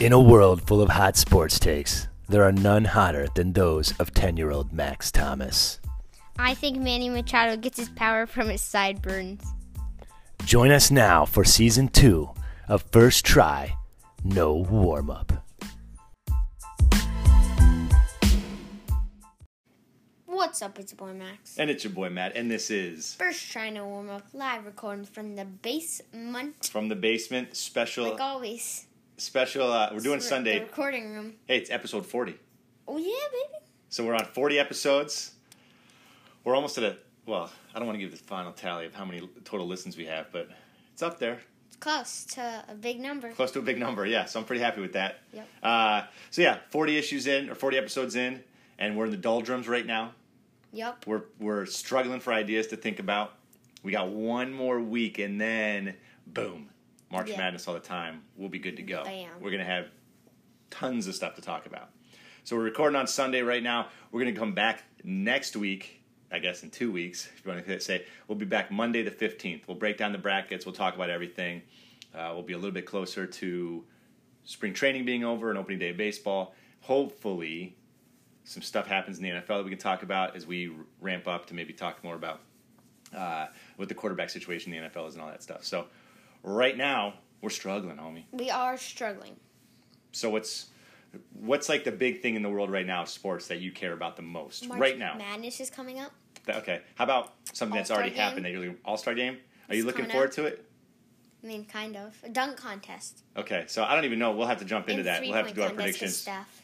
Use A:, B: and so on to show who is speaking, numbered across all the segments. A: In a world full of hot sports takes, there are none hotter than those of 10 year old Max Thomas.
B: I think Manny Machado gets his power from his sideburns.
A: Join us now for season two of First Try No Warm Up.
B: What's up, it's your boy Max.
C: And it's your boy Matt, and this is
B: First trying to warm up live recording from the basement.
C: from the basement special.
B: Like oh, always.
C: special. Uh, we're doing
B: We're at
C: Sunday.
B: The recording room.
C: Hey, it's episode forty,
B: Oh yeah, baby.
C: so we're on forty episodes. We're almost at a. Well, I don't want to give the final tally of how many total listens we have, but it's up there,
B: It's close to a big number.
C: close to a big number. Yeah, so I'm pretty happy with that.
B: Yep.
C: Uh, so yeah, forty issues in or forty episodes in, and we're in the doldrums right now.
B: Yup.
C: We're we're struggling for ideas to think about. We got one more week, and then boom, March
B: Yeah.
C: Madness all the time. We'll be good to go.
B: Bam.
C: We're gonna have tons of stuff to talk about. So we're recording on Sunday right now. We're gonna come back next week. I guess in two weeks, if you want to say, we'll be back Monday the fifteenth. We'll break down the brackets. We'll talk about everything. Uh, we'll be a little bit closer to spring training being over and opening day of baseball. Hopefully, some stuff happens in the NFL that we can talk about as we r- ramp up to maybe talk more about uh, what the quarterback situation in the NFL is and all that stuff. So, right now we're struggling, homie.
B: We are struggling.
C: So what's what's like the big thing in the world right now, of sports that you care about the most right now?
B: Madness is coming up.
C: That- okay, how about something that's
B: All-Star
C: already happened that
B: game?
C: you're All Star Game? Are you
B: It's
C: looking
B: coming
C: forward
B: up.
C: to it?
B: I mean, kind of a dunk contest.
C: Okay, so I don't even know. We'll have to jump into
B: and
C: that. We'll have to do
B: three-point
C: our
B: contest 'cause
C: predictions.
B: Steph.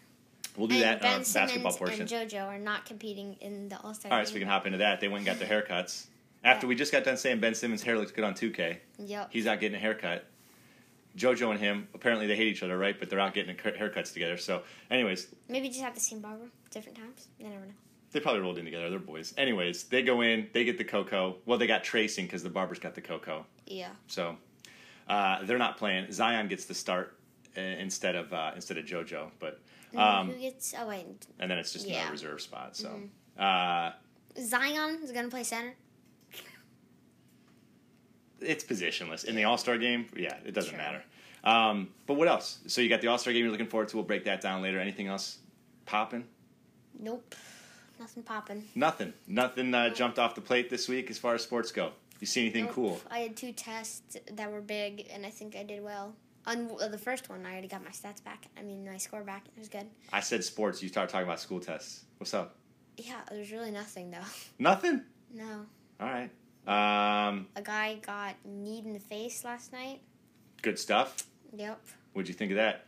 C: We'll do
B: and
C: that
B: ben
C: on the basketball
B: Simmons
C: portion.
B: And JoJo are not competing in the All Star.
C: All right, so we can hop into that. They went and got their haircuts. After
B: Yeah.
C: we just got done saying Ben Simmons' hair looks good on 2K,
B: Yep.
C: he's out getting a haircut. JoJo and him, apparently they hate each other, right? But they're out getting hair- haircuts together. So, anyways,
B: Maybe just have the same barber, different times. You never know.
C: they probably rolled in together. They're boys. Anyways, they go in, they get the cocoa. Well, they got tracing because the barber's got the cocoa.
B: Yeah.
C: So uh, they're not playing. Zion gets the start uh, instead of uh, instead of JoJo, but um,
B: Who gets? Oh wait,
C: and then it's just
B: Mm-hmm. Yeah. Mm-hmm.
C: no reserve spot. So uh,
B: Zion is gonna play center.
C: it's positionless in the All Star game. Yeah, it doesn't
B: Sure.
C: matter. Um, but what else? So you got the All Star game you're looking forward to. We'll break that down later. Anything else popping?
B: Nope, nothing popping.
C: Nothing. Nothing uh, jumped off the plate this week as far as sports go. You see anything
B: Nope.
C: cool?
B: I had two tests that were big, and I think I did well. On w- the first one, I already got my stats back. I mean, my score back. It was good.
C: I said sports. You started talking about school tests. What's up?
B: Yeah, there was really nothing though.
C: Nothing.
B: No,
C: All right. Um,
B: a guy got kneed in the face last night.
C: good stuff.
B: Yep,
C: What'd you think of that?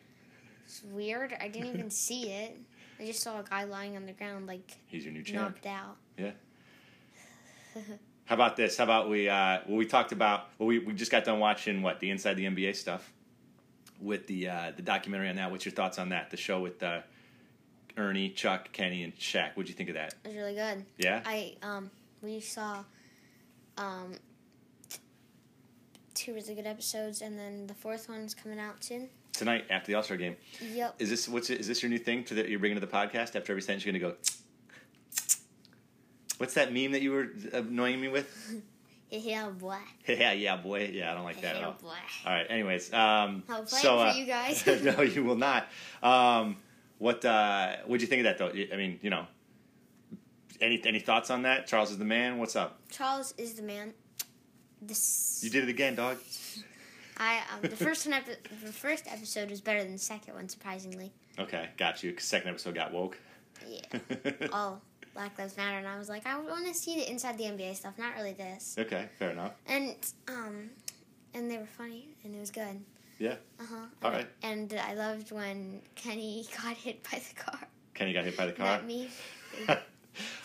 B: it's weird. I didn't even see it. I just saw a guy lying on the ground, like
C: He's your new champ.
B: knocked out.
C: Yeah. How about this? How about we? Uh, well, we talked about. Well, we, we just got done watching what the Inside the NBA stuff with the uh, the documentary on that. What's your thoughts on that? The show with uh, Ernie, Chuck, Kenny, and Shaq. What'd you think of that?
B: It was really good.
C: Yeah.
B: I um we saw um two really good episodes and then the fourth one's coming out soon.
C: Tonight after the All Star game,
B: Yep.
C: is this what's is this your new thing to that you're bringing to the podcast? After every sentence, you're gonna go. What's that meme that you were uh, annoying me with?
B: Yeah, what?
C: yeah, yeah, boy. Yeah, I don't like that at
B: Yeah,
C: all.
B: boy.
C: All right. Anyways, um,
B: I'll play
C: so
B: it for
C: uh,
B: you guys.
C: no, you will not. Um, what uh, What'd you think of that though? I mean, you know, any any thoughts on that? Charles is the man. What's up?
B: Charles is the man. This
C: You did it again, dog.
B: I um, the first one epi- the first episode was better than the second one surprisingly.
C: Okay, got you. 'Cause Second episode got woke.
B: Yeah. All Black Lives Matter and I was like I want to see the inside the NBA stuff, not really this.
C: okay, fair enough.
B: And um and they were funny and it was good.
C: Yeah,
B: Uh-huh.
C: All
B: And-
C: right.
B: And I loved when Kenny got hit by the car.
C: Kenny got hit by the car.
B: Not me.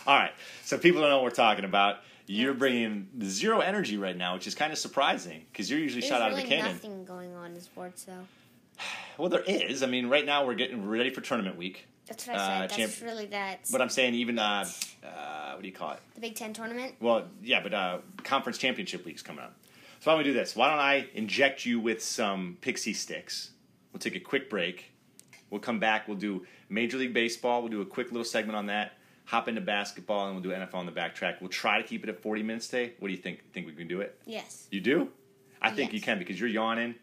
C: All right. So people don't know what we're talking about. You're bringing zero energy right now, which is kind of surprising because you're usually
B: There's
C: shot out
B: really
C: of the cannon.
B: nothing going on in sports, though.
C: Well, there is. I mean, right now we're getting ready for tournament week.
B: That's what I
C: Uh,
B: said. That's
C: champ-
B: really that's
C: But I'm saying even uh, uh, what do you call it?
B: the Big Ten tournament.
C: Well, yeah, but uh, conference championship league's coming up. So why don't we do this? Why don't I inject you with some pixie sticks? We'll take a quick break. We'll come back. We'll do Major League Baseball. We'll do a quick little segment on that. Hop into basketball, and we'll do NFL on the backtrack. We'll try to keep it at 40 minutes today. What do you think? Think we can do it?
B: Yes.
C: You do? I think
B: Yes.
C: you can because you're yawning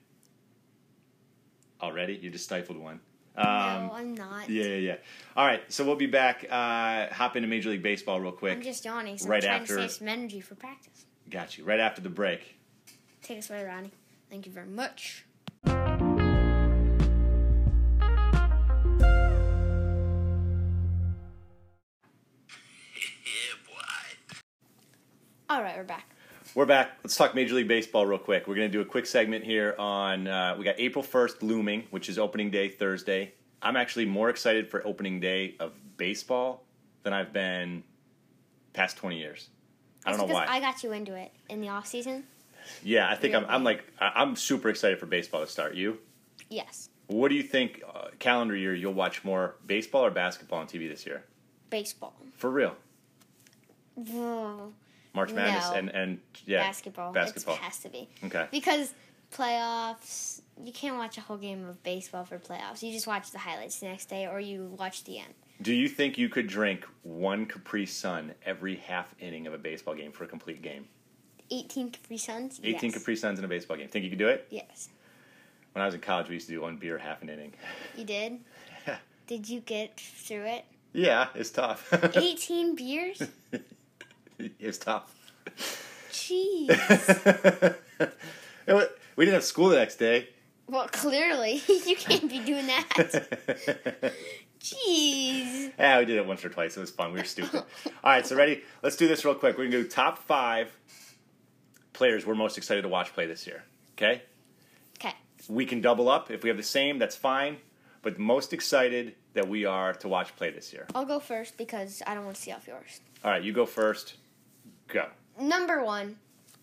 C: Already? You just stifled one.
B: no, I'm not.
C: Um, Yeah, yeah, yeah. All right, so we'll be back. Uh, hop into Major League Baseball real quick.
B: I'm just yawning. So
C: Right
B: I'm trying
C: after-
B: to save some energy for practice.
C: Got you. Right after the break.
B: Take us away, Ronnie. Thank you very much. All right, we're back.
C: We're back. Let's talk Major League Baseball real quick. We're going to do a quick segment here on. Uh, we got April 1st looming, which is opening day Thursday. I'm actually more excited for opening day of baseball than I've been past 20 years. I don't
B: That's
C: know why.
B: because I got you into it in the off season.
C: yeah, I think I'm, I'm
B: Really?
C: like, I- I'm super excited for baseball to start. You?
B: Yes,
C: What do you think uh, calendar year you'll watch more baseball or basketball on TV this year?
B: baseball.
C: For real.
B: Whoa.
C: March Madness
B: No.
C: and, and yeah.
B: basketball.
C: Basketball.
B: It has to be.
C: Okay.
B: Because playoffs, you can't watch a whole game of baseball for playoffs. You just watch the highlights the next day or you watch the end.
C: Do you think you could drink one Capri Sun every half inning of a baseball game for a complete game?
B: 18 Capri Suns?
C: 18
B: yes.
C: Capri Suns in a baseball game. Think you could do it?
B: Yes.
C: When I was in college, we used to do one beer half an inning.
B: You did? did you get through it?
C: Yeah, it's tough.
B: 18 beers?
C: it's tough.
B: Jeez.
C: It wa- we didn't have school the next day.
B: well, clearly, you can't be doing that. Jeez.
C: Yeah, we did it once or twice. It was fun. We were stupid. All right, so ready? Let's do this real quick. We're going to do top five players we're most excited to watch play this year. Okay?
B: Okay.
C: we can double up if we have the same that's fine but most excited that we are to watch play this year
B: I'll go first because I don't want to see off yours.
C: all right you go first go
B: Number one,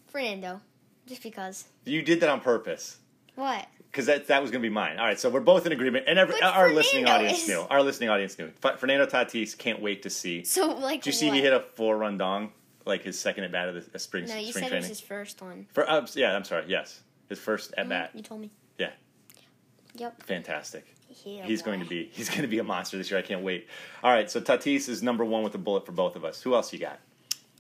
B: Fernando. Just because.
C: you did that on purpose
B: What?
C: because that, that was going to be mine all right so we're both in agreement and every,
B: But
C: our listening
B: Fernando
C: audience
B: is-
C: knew our listening audience knew F- fernando tatis can't wait to see
B: So, like,
C: did you see
B: what?
C: he hit a four run dong like his second at bat of the uh, spring
B: No, you
C: spring
B: said it was
C: training
B: his first one.
C: For, uh, yeah i'm sorry yes his first at bat
B: You told me.
C: yeah
B: Yep.
C: fantastic
B: Yeah,
C: He's
B: boy.
C: going to be he's going to be a monster this year. I can't wait. All right, so Tatis is number one with a bullet for both of us. Who else you got?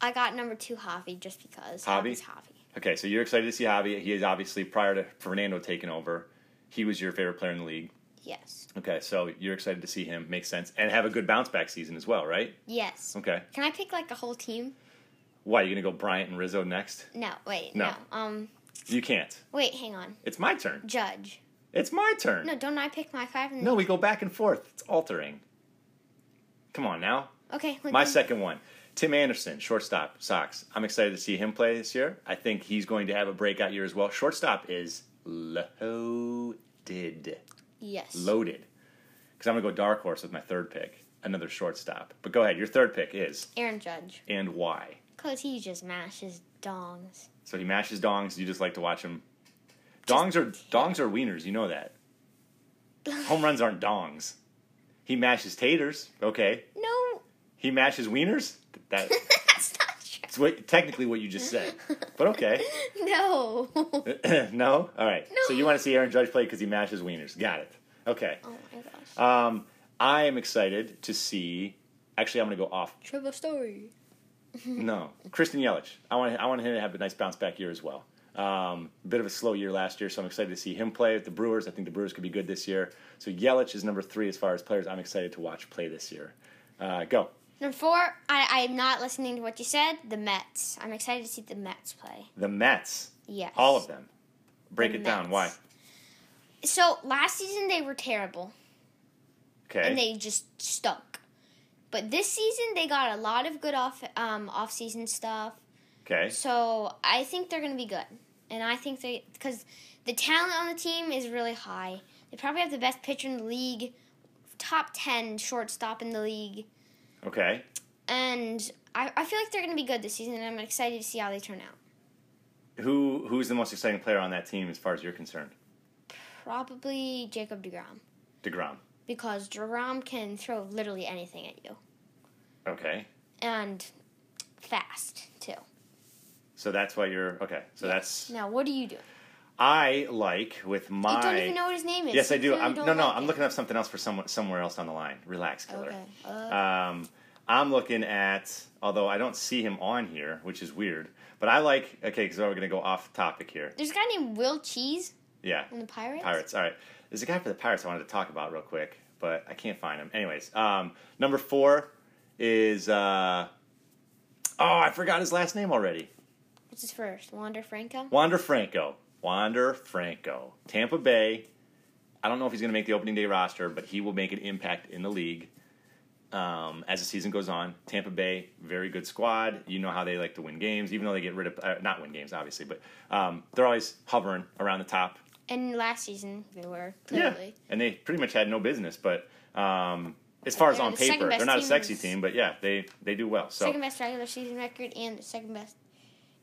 B: I got number two Javi just because.
C: Javi?
B: Javi's Javi.
C: Okay, so you're excited to see Javi. He is obviously prior to Fernando taking over. He was your favorite player in the league.
B: Yes.
C: Okay, so you're excited to see him. Makes sense, and have a good bounce back season as well, right?
B: Yes.
C: Okay.
B: Can I pick like a whole team?
C: Why you going to go Bryant and Rizzo next?
B: No, wait.
C: No.
B: No. Um
C: You can't.
B: wait, hang on.
C: It's my turn.
B: Judge.
C: It's my turn.
B: No, don't I pick my five and
C: No, we go back and forth. It's altering. Come on now.
B: Okay, look,
C: My
B: then-
C: second one, Tim Anderson, shortstop, Sox. I'm excited to see him play this year. I think he's going to have a breakout year as well. Shortstop is loaded,
B: Yes.
C: loaded. Because I'm going to go dark horse with my third pick, another shortstop. But go ahead, your third pick is
B: Aaron Judge.
C: and why.
B: Cause he just mashes dongs.
C: So he mashes dongs. You just like to watch him. Dongs are dongs are wieners. You know that. Home runs aren't dongs. He mashes taters. Okay.
B: No
C: He mashes wieners. That.
B: that's not true.
C: It's what, technically what you just said, but okay.
B: No.
C: Uh, no, all right. So
B: No.
C: you want to see Aaron Judge play because he mashes wieners? Got it. Okay.
B: oh my gosh.
C: Um, I am excited to see. Actually, I'm going to go off.
B: Trevor Story.
C: No, Kristen Yelich. I want. I want him to have a nice bounce back year as well. Um, bit of a slow year last year, so I'm excited to see him play with the Brewers. I think the Brewers could be good this year. So Yelich is number three as far as players I'm excited to watch play this year. Uh, go.
B: Number four, I, I'm not listening to what you said. The Mets. I'm excited to see the Mets play.
C: The Mets.
B: Yes.
C: All of them. Break
B: The
C: it down.
B: Mets.
C: Why?
B: So last season they were terrible
C: Okay.
B: and they just stunk. But this season they got a lot of good off um, off season stuff.
C: okay.
B: So I think they're gonna be good, and I think they because the talent on the team is really high. They probably have the best pitcher in the league, top ten shortstop in the league,
C: Okay.
B: and I, I feel like they're gonna be good this season. And I'm excited to see how they turn out.
C: Who who's the most exciting player on that team as far as you're concerned?
B: Probably Jacob Degrom
C: DeGrom.
B: because Degrom can throw literally anything at you
C: Okay.
B: and fast too.
C: So that's why you're okay. So that's
B: Now, what are you doing?
C: I like with my
B: You don't even know what his name is.
C: Yes, I
B: You
C: do.
B: clearly
C: I'm,
B: don't
C: no, no,
B: like
C: I'm
B: it.
C: looking up something else for someone somewhere else on the line. Relax, killer.
B: Okay. Uh,
C: Um, I'm looking at although I don't see him on here, which is weird. But I like okay, because we're gonna go off topic here.
B: there's a guy named Will Cheese
C: Yeah,
B: on the Pirates.
C: Pirates. All right. There's a guy for the Pirates I wanted to talk about real quick, but I can't find him. Anyways, um, number four is uh, oh, I forgot his last name already.
B: What's his first? Wander Franco?
C: Wander Franco. Wander Franco. Tampa Bay. I don't know if he's going to make the opening day roster, but he will make an impact in the league um, as the season goes on. Tampa Bay, very good squad. You know how they like to win games, even though they get rid of, uh, not win games, obviously, but um, they're always hovering around the top.
B: And last season they were clearly.
C: And they pretty much had no business, but um, as far as
B: They're
C: on
B: the second
C: paper,
B: best
C: they're not a
B: team.
C: sexy team, but yeah, they, they do well. So,
B: Second best regular season record and the second best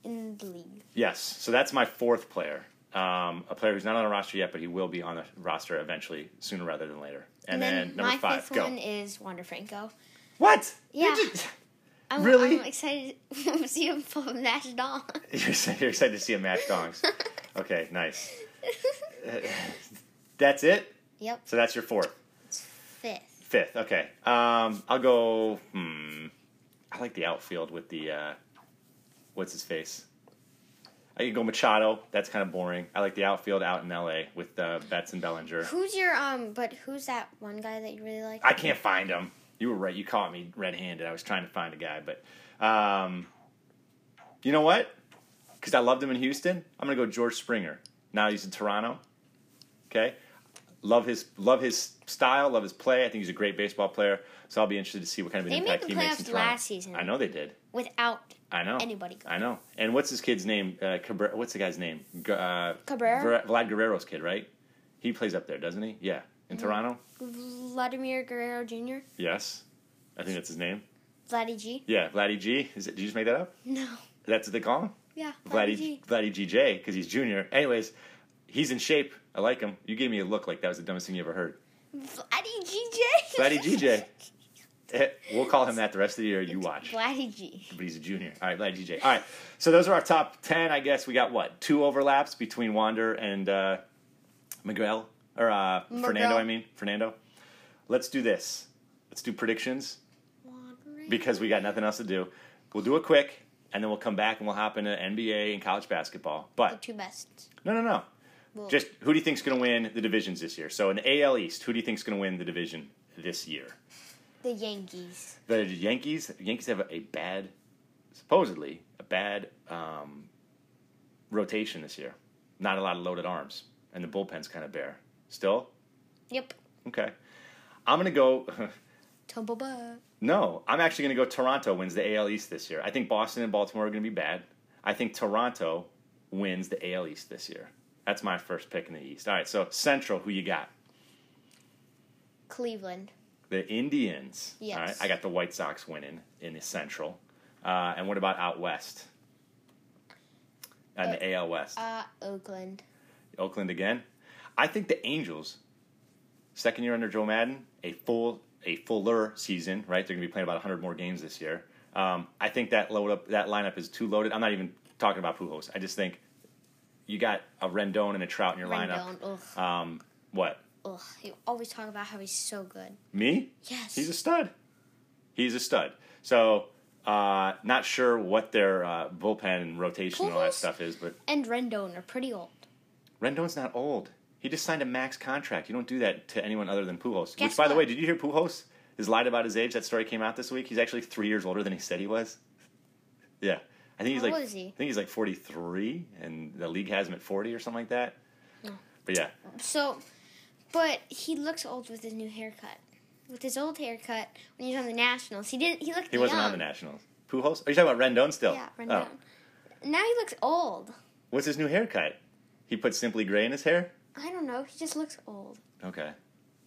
B: in the league.
C: Yes. So that's my fourth player. Um, a player who's not on the roster yet, but he will be on the roster eventually, sooner rather than later. And, then, number
B: my
C: five,
B: fifth
C: go.
B: one is Wander Franco.
C: what? You
B: Yeah.
C: just-
B: I'm,
C: Really?
B: I'm excited to see him pull Nash Dawn.
C: You're, excited- you're excited to see a match dongs. okay, nice. That's it.
B: yep,
C: So that's your fourth,
B: fifth.
C: fifth. Okay. Um, I'll go. Hmm. I like the outfield with the uh, what's his face. I could go Machado. That's kind of boring. I like the outfield out in L.A. with uh, Betts and Bellinger.
B: Who's your um? But who's that one guy that you really like?
C: I can't find him. You were right. You caught me red-handed. I was trying to find a guy, but um, you know what? Because I loved him in Houston, I'm gonna go George Springer. Now he's in Toronto. Okay, love his love his style, love his play. I think he's a great baseball player. So I'll be interested to see what kind of an
B: They made
C: impact
B: the
C: he makes in
B: playoffs
C: Toronto.
B: last season.
C: I know they did.
B: Without
C: I know
B: Anybody go.
C: I know. And what's his kid's name? Uh, Cabrera. What's the guy's name? G- Uh,
B: Cabrera?
C: Ver- Vlad Guerrero's kid, right? He plays up there, doesn't he? Yeah, in
B: Mm-hmm.
C: Toronto.
B: Vladimir Guerrero Jr.,
C: Yes, I think that's his name.
B: Vladdy G.
C: Yeah, Vladdy G. Is it, did you just make that up?
B: No,
C: That's what they call him?
B: yeah,
C: Vladdy, Vladdy GJ, because he's junior. Anyways, he's in shape. I like him. You gave me a look like that was the dumbest thing you ever heard.
B: Vladdy GJ.
C: Vladdy GJ. Eh, We'll call him that the rest of the year. You watch.
B: Vladdy G.
C: But he's a junior. All right, Vladdy GJ. All right, so those are our top 10, I guess. We got what? Two overlaps between Wander and uh, Miguel, or uh, Fernando,
B: Miguel.
C: I mean. Fernando. Let's do this. Let's do predictions.
B: Wandering.
C: because we got nothing else to do. We'll do it quick, and then we'll come back and we'll hop into NBA and college basketball.
B: the
C: But
B: two best.
C: no, no, no.
B: Well,
C: Just who do you think's going to win the divisions this year? So in the AL East, who do you think's going to win the division this year?
B: the Yankees.
C: The Yankees. The Yankees have a bad, supposedly a bad um, rotation this year. Not a lot of loaded arms, and the bullpen's kind of bare. Still,
B: Yep.
C: okay. I'm going to go.
B: Tumble butt.
C: No, I'm actually going to go Toronto wins the AL East this year. I think Boston and Baltimore are going to be bad. I think Toronto wins the AL East this year. That's my first pick in the East. All right, so Central, who you got?
B: Cleveland.
C: The Indians.
B: Yes.
C: All right, I got the White Sox winning in the Central. Uh, and what about out West? And the AL West.
B: Uh, Oakland.
C: Oakland again. I think the Angels, second year under Joe Madden, a full a fuller season, right? They're going to be playing about 100 more games this year. Um, I think that load up that lineup is too loaded. I'm not even talking about Pujols. I just think you got a Rendon and a Trout in your
B: Rendon. Ugh.
C: lineup. Um, what?
B: Ugh. You always talk about how he's so good.
C: Me?
B: Yes.
C: He's a stud. He's a stud. So, uh, not sure what their uh, bullpen and rotation and all that
B: Pujols?
C: stuff is, but
B: and Rendon are pretty old.
C: Rendon's not old. He just signed a max contract. You don't do that to anyone other than Pujols. Which,
B: Guess
C: by the
B: what?
C: way, did you hear Pujols has lied about his age? That story came out this week. He's actually three years older than he said he was. Yeah, I think he's
B: How
C: like
B: old is he?
C: I think he's like forty three, and the league has him at forty or something like that.
B: Hmm.
C: But yeah,
B: So, but he looks old with his new haircut. With his old haircut when he was on the Nationals, he didn't. He looked.
C: he wasn't on
B: young.
C: the Nationals. Pujols? Are you talking about Rendon still?
B: Yeah,
C: Oh.
B: Rendon. Now he looks old.
C: What's his new haircut? He put simply gray in his hair.
B: I don't know. He just looks old.
C: Okay,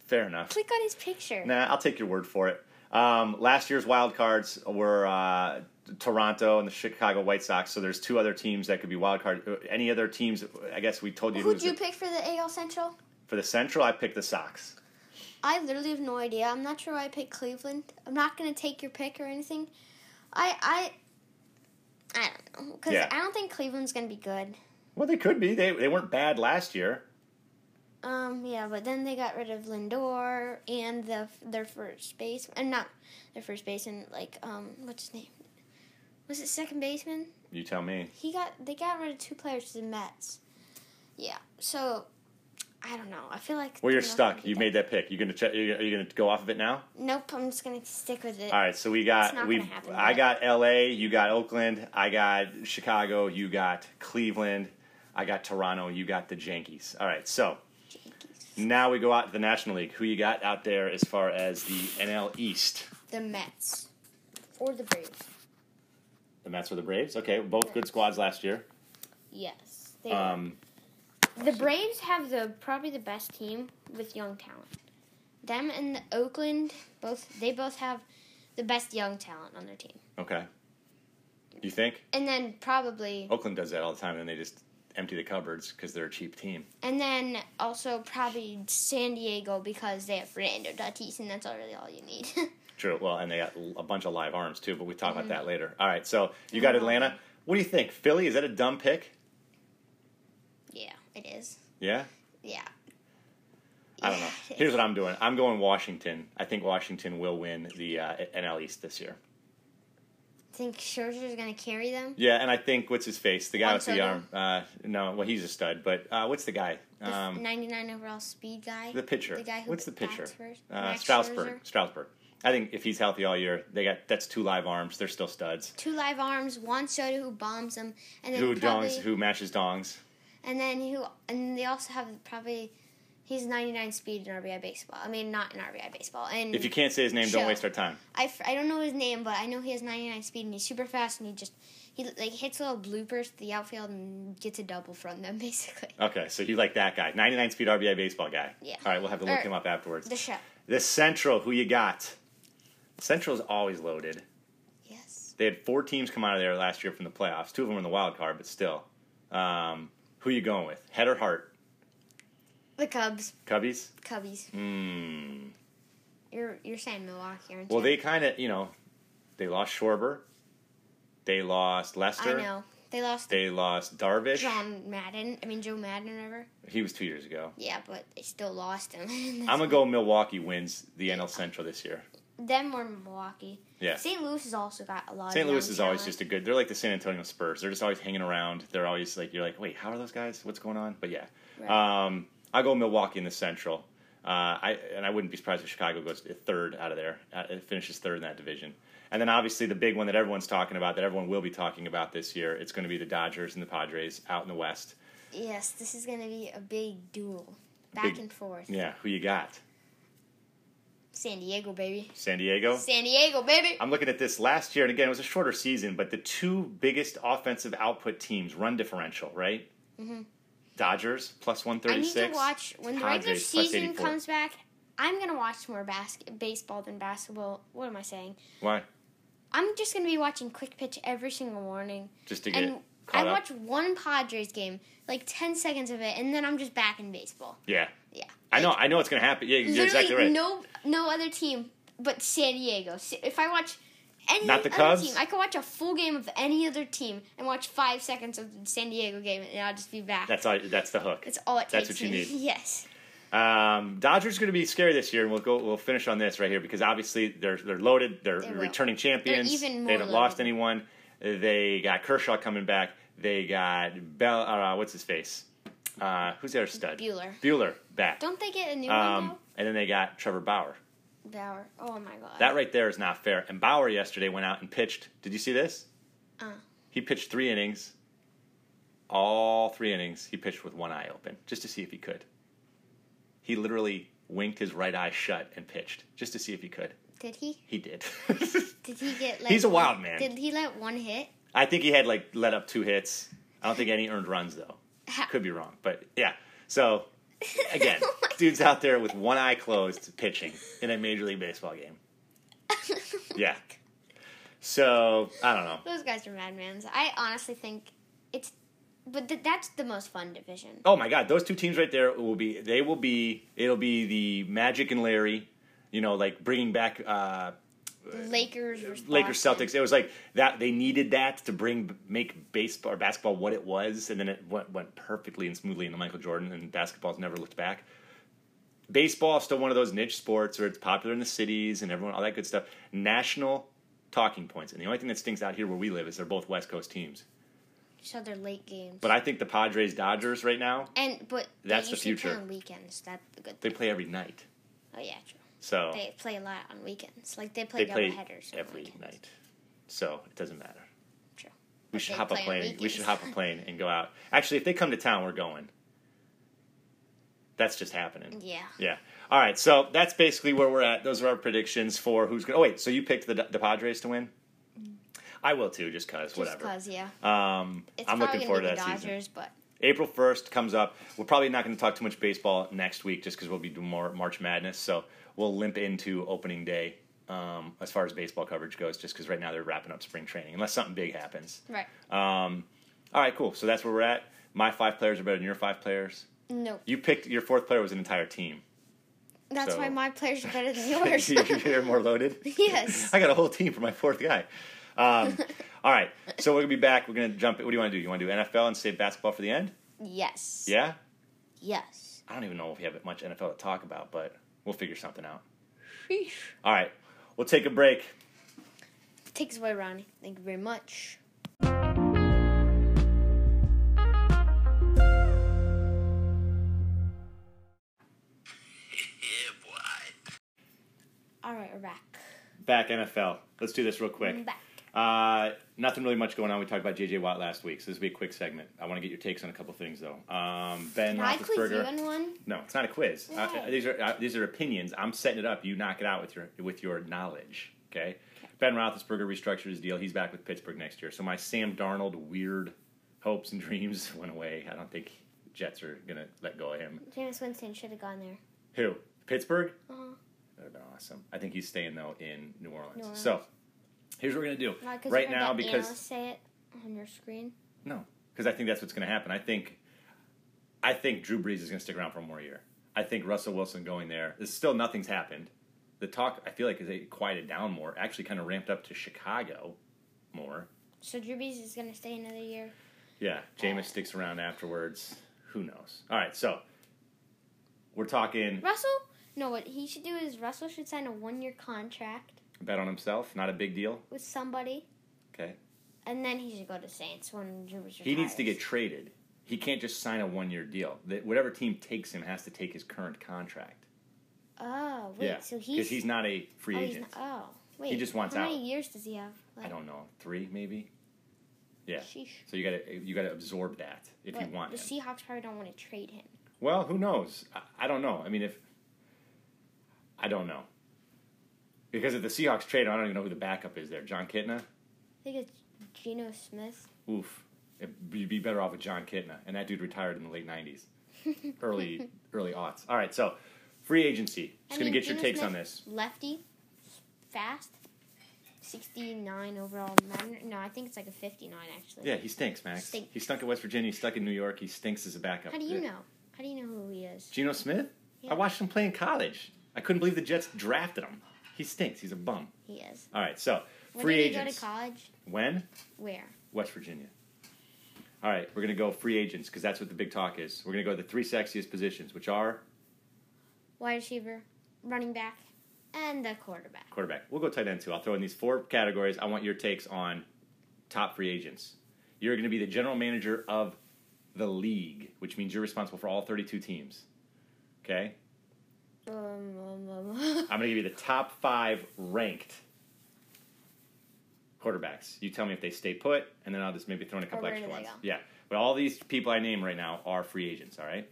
C: fair enough.
B: Click on his picture.
C: Nah, I'll take your word for it. Um, last year's wild cards were uh, Toronto and the Chicago White Sox. So there's two other teams that could be wild card. uh, Any other teams? I guess we told you
B: Who'd
C: who's
B: you
C: the-
B: pick for the AL Central?
C: for the Central. I picked the Sox.
B: I literally have no idea. I'm not sure why I picked Cleveland. I'm not gonna take your pick or anything. I I. I don't know because
C: Yeah.
B: I don't think Cleveland's gonna be good.
C: Well, they could be. They they weren't bad last year.
B: Um, yeah, but then they got rid of Lindor and the their first base and not their first baseman, like um, what's his name? Was it second baseman?
C: You tell me.
B: He got they got rid of two players to the Mets. Yeah, so I don't know. I feel like
C: Well, you're
B: they're not
C: stuck.
B: gonna be
C: You
B: good.
C: made that pick. You're gonna check. Are you gonna go off of it now?
B: Nope. I'm just gonna stick with it.
C: All right. So we
B: It's
C: got
B: not
C: we.
B: gonna happen,
C: I
B: but-
C: got L.A. You got Oakland. I got Chicago. You got Cleveland. I got Toronto. You got the Yankees. All right. So now we go out to the National League. Who you got out there as far as the NL East?
B: The Mets or the Braves.
C: The Mets or the Braves? Okay, both good squads last year.
B: Yes. They
C: Um,
B: The Braves have the probably the best team with young talent. Them and the Oakland both they both have the best young talent on their team.
C: okay. You think
B: And then probably
C: Oakland does that all the time, and they just empty the cupboards because they're a cheap team.
B: and then also probably San Diego because they have Fernando Tatis and that's all really all you need.
C: True. Well, and they got l- a bunch of live arms too, but we talk about that later. All right. So you got Atlanta. What do you think? Philly? Is that a dumb pick?
B: yeah, it is.
C: Yeah.
B: Yeah.
C: I don't know. Here's what I'm doing. I'm going Washington. I think Washington will win the uh, NL East this year.
B: Think Scherzer's gonna carry them?
C: Yeah, and I think what's his face, the guy
B: Juan
C: with the
B: Soto?
C: arm. Uh, no, well he's a stud, but uh, what's the guy?
B: The
C: Um,
B: 99 overall speed guy.
C: the pitcher.
B: The guy who
C: what's the
B: bats
C: pitcher?
B: first?
C: Uh,
B: Max
C: Strasburg.
B: Scherzer.
C: Strasburg. I think if he's healthy all year, they got that's two live arms. They're still studs.
B: Two live arms, Juan Soto who bombs them, and then
C: Who
B: probably,
C: dongs? Who mashes dongs?
B: And then who? And they also have probably he's 99 speed in RBI baseball. I mean, not in RBI baseball. And
C: If you can't say his name, don't
B: Show.
C: waste our time.
B: I, f- I don't know his name, but I know he has 99 speed and he's super fast and he just he like hits little bloopers to the outfield and gets a double from them basically.
C: Okay, so you like that guy, 99 speed RBI baseball guy.
B: Yeah.
C: All right, we'll have to look
B: Or-
C: him up afterwards.
B: The show.
C: The Central, who you got? Central's always loaded.
B: Yes.
C: They had four teams come out of there last year from the playoffs. Two of them were in the wild card, but still. Um, who you going with? Head or heart?
B: The Cubs,
C: Cubbies?
B: Cubbies.
C: Hmm.
B: You're you're saying Milwaukee, aren't
C: Well,
B: you?
C: they kind of, you know, they lost Schwarber. They lost Lester.
B: I know they lost
C: They lost Darvish.
B: John Madden. I mean Joe Madden or whatever.
C: He was two years ago.
B: Yeah, but they still lost him.
C: I'm going to go Milwaukee wins the NL Central this year.
B: Them or Milwaukee.
C: Yeah.
B: St. Louis has also got a lot. of
C: St. Louis
B: young
C: is always
B: talent.
C: just a good. They're like the San Antonio Spurs. They're just always hanging around. They're always like you're like, wait, how are those guys? What's going on? But yeah,
B: Right.
C: um, I go Milwaukee in the Central. Uh, I and I wouldn't be surprised if Chicago goes third out of there. Uh, it finishes third in that division. And then obviously the big one that everyone's talking about, that everyone will be talking about this year, it's going to be the Dodgers and the Padres out in the West.
B: Yes, this is going to be a big duel. Back
C: Big-
B: and forth.
C: Yeah, who you got?
B: San Diego, baby.
C: San Diego.
B: San Diego, baby.
C: I'm looking at this last year, and again, it was a shorter season, but the two biggest offensive output teams run differential, right? Dodgers plus
B: Mm-hmm. I need
C: 136.
B: to watch when the regular
C: Padres plus
B: season
C: 84.
B: comes back. I'm going to watch more bas- baseball than basketball. What am I saying?
C: Why?
B: I'm just going to be watching quick pitch every single morning.
C: Just to get
B: And I
C: caught up.
B: watch one Padres game, like 10 seconds of it, and then I'm just back in baseball.
C: yeah,
B: Yeah.
C: I know. I know it's going to happen. Yeah, you're
B: Literally
C: exactly right.
B: no no other team but San Diego. Sa- If I watch any
C: Not the
B: other
C: Cubs?
B: team, I could watch a full game of any other team and watch five seconds of the San Diego game, and I'll just be back.
C: That's all. That's the hook.
B: That's all it
C: that's
B: takes.
C: what you
B: me.
C: need.
B: yes.
C: Um, Dodgers going to be scary this year, and we'll go. We'll finish on this right here because obviously they're they're loaded. They're
B: They will.
C: returning champions.
B: They're even
C: they
B: more
C: haven't lost
B: loaded.
C: anyone. They got Kershaw coming back. They got Bell. Uh, what's his face? Uh, who's their stud?
B: Bueller.
C: Bueller back.
B: Don't they get a new one
C: Um, and then they got Trevor Bauer.
B: though? Bauer. Oh my god.
C: That right there is not fair. And Bauer yesterday went out and pitched. Did you see this?
B: Uh.
C: He pitched three innings. All three innings, he pitched with one eye open, just to see if he could. He literally winked his right eye shut and pitched, just to see if he could.
B: Did he?
C: He did.
B: Did he get? Like,
C: He's a
B: one-
C: wild man.
B: Did he let one hit?
C: I think he had like let up two hits. I don't think any earned runs though.
B: Ha-
C: Could be wrong, but yeah. So again,
B: Oh
C: dude's out there with one eye closed pitching in a major league baseball game. Yeah. So I don't know.
B: Those guys are madmans. I honestly think it's, but th- that's the most fun division.
C: Oh my God, those two teams right there will be. They will be. It'll be the Magic and Larry. You know, like bringing back uh,
B: Lakers. versus
C: Lakers
B: Boston.
C: Celtics. It was like that. They needed that to bring make baseball or basketball what it was, and then it went went perfectly and smoothly into Michael Jordan. And basketball's never looked back. Baseball is still one of those niche sports where it's popular in the cities and everyone all that good stuff. National talking points, and the only thing that stinks out here where we live is they're both West Coast teams.
B: each other late games.
C: But I think the Padres Dodgers right now,
B: and but they
C: That's the
B: usually play
C: future.
B: on weekends. That's the good
C: they
B: thing.
C: play every night.
B: oh yeah, true.
C: So
B: They play a lot on weekends. Like they play
C: they
B: double
C: play
B: headers
C: every night. So it doesn't matter.
B: True.
C: We
B: But
C: should
B: they
C: hop a
B: play on
C: plane. We should
B: weekends.
C: hop a plane and go out. Actually, if they come to town, we're going. That's just happening.
B: Yeah.
C: Yeah. All right. So that's basically where we're at. Those are our predictions for who's going. to... Oh wait. So you picked the the Padres to win. I will too, just cause.
B: Mm. Just
C: whatever.
B: cause, yeah.
C: Um,
B: It's
C: I'm
B: probably
C: looking forward
B: gonna be
C: to that
B: the
C: season.
B: Dodgers, but
C: April 1st comes up. We're probably not going to talk too much baseball next week just because we'll be doing more March Madness. So we'll limp into opening day um, as far as baseball coverage goes, just because right now they're wrapping up spring training, unless something big happens.
B: right.
C: Um, all right, cool. So that's where we're at. My five players are better than your five players.
B: No.
C: You picked your fourth player was an entire team.
B: That's
C: so-
B: why my players are better than yours.
C: You're more loaded.
B: yes.
C: I got a whole team for my fourth guy. Um, all right, so we're gonna be back. We're gonna jump. What do you want to do? You want to do NFL and save basketball for the end?
B: Yes.
C: Yeah.
B: Yes.
C: I don't even know if we have much NFL to talk about, but we'll figure something out.
B: Sheesh.
C: All right, we'll take a break.
B: Take us away, Ronnie. Thank you very much. All right, we're back.
C: Back NFL. Let's do this real
B: I'm
C: quick.
B: back.
C: Uh, nothing really much going on. We talked about J.J. Watt last week, so this will be a quick segment. I want to get your takes on a couple things though. Um, ben
B: Can I quiz you
C: Roethlisberger.
B: on one?
C: no, it's not a quiz. Uh,
B: Yay.
C: these are uh, these are opinions. I'm setting it up. You knock it out with your with your knowledge. Okay. Ben Roethlisberger restructured his deal. He's back with Pittsburgh next year. So my Sam Darnold weird hopes and dreams went away. I don't think Jets are gonna let go of him.
B: James Winston should have gone there.
C: Who? Pittsburgh?
B: Uh-huh.
C: That would have been awesome. I think he's staying though in New Orleans.
B: New Orleans.
C: So here's what we're gonna do
B: Not 'cause you
C: right
B: heard
C: now
B: that
C: because
B: analyst say it on your screen.
C: no, because I think that's what's gonna happen. I think I think Drew Brees is gonna stick around for one more year. I think Russell Wilson going there. There's still nothing's happened. The talk I feel like is it quieted down more. Actually, kind of ramped up to Chicago more.
B: So Drew Brees is gonna stay another year.
C: Yeah, Jameis sticks around afterwards. Who knows? All right, so we're talking
B: Russell? No, what he should do is Russell should sign a one-year contract
C: bet on himself. Not a big deal.
B: with somebody,
C: Okay.
B: and then he should go to Saints when Drew Brees.
C: He needs to
B: retires.
C: get traded. He can't just sign a one year deal. That whatever team takes him has to take his current contract.
B: Oh wait,
C: yeah,
B: so
C: because
B: he's
C: he's not a free
B: oh, he's
C: agent.
B: not- oh wait,
C: just wants
B: how
C: out.
B: many years does he have?
C: I don't know, three maybe. Yeah.
B: Sheesh.
C: So you gotta you gotta absorb that if
B: But
C: you want
B: the
C: him.
B: Seahawks probably don't want to trade him.
C: well, who knows? I, I don't know. I mean, if I don't know, because if the Seahawks trade, him, I don't even know who the backup is there. John Kitna.
B: I think it's Geno Smith.
C: Oof. You'd be better off with John Kitna, and that dude retired in the late '90s, early early aughts. All right, so free agency. Just
B: I
C: gonna
B: mean,
C: get your
B: Geno
C: takes
B: Smith,
C: on this.
B: Lefty, fast, sixty-nine overall. man- No, I think it's like a fifty-nine actually.
C: Yeah, he stinks, Max.
B: Stink.
C: He stunk at West Virginia. He's stuck in New York. He stinks as a backup.
B: How do you
C: Yeah.
B: know? How do you know who he is?
C: Geno Smith?
B: Yeah.
C: I watched him play in college. I couldn't believe the Jets drafted him. He stinks. He's a bum.
B: He is.
C: All right, so
B: When
C: free
B: did
C: agents.
B: he go to college?
C: when?
B: Where?
C: West Virginia. All right, we're going to go free agents because that's what the big talk is. We're going to go the three sexiest positions, which are
B: Wide receiver, running back, and the quarterback.
C: quarterback. We'll go tight end too. I'll throw in these four categories. I want your takes on top free agents. You're going to be the general manager of the league, which means you're responsible for all 32 teams. Okay?
B: Um, um, um,
C: I'm going to give you the top five ranked quarterbacks. You tell me if they stay put, and then I'll just maybe throw in a couple
B: where
C: extra
B: do they
C: ones.
B: go?
C: Yeah. But all these people I name right now are free agents, all right?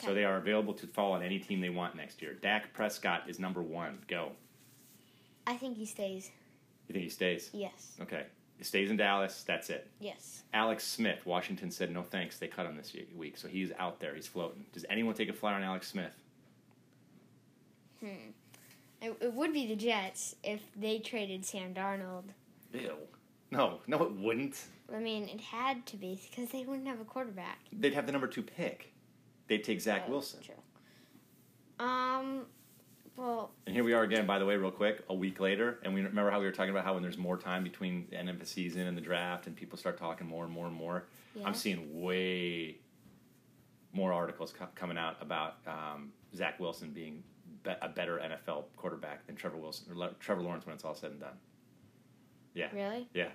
C: So
B: Okay.
C: they are available to fall on any team they want next year. Dak Prescott is number one. Go.
B: I think he stays.
C: You think he stays?
B: Yes.
C: Okay. He stays in Dallas. That's it.
B: Yes.
C: Alex Smith, Washington said no thanks. They cut him this ye- week, so he's out there. He's floating. Does anyone take a flyer on Alex Smith?
B: Hmm. It, it would be the Jets if they traded Sam Darnold.
C: Ew. No, no, it wouldn't.
B: I mean, it had to be because they wouldn't have a quarterback.
C: They'd have the number two pick. They'd take Zach
B: Oh,
C: Wilson.
B: True. Um, well,
C: And here we are again, by the way, real quick, a week later. And we remember how we were talking about how when there's more time between the end of the season and the draft and people start talking more and more and more,
B: Yeah.
C: I'm seeing way more articles co- coming out about um, Zach Wilson being be- a better NFL quarterback than Trevor Wilson or Le- Trevor Lawrence when it's all said and done. Yeah.
B: really?
C: Yeah.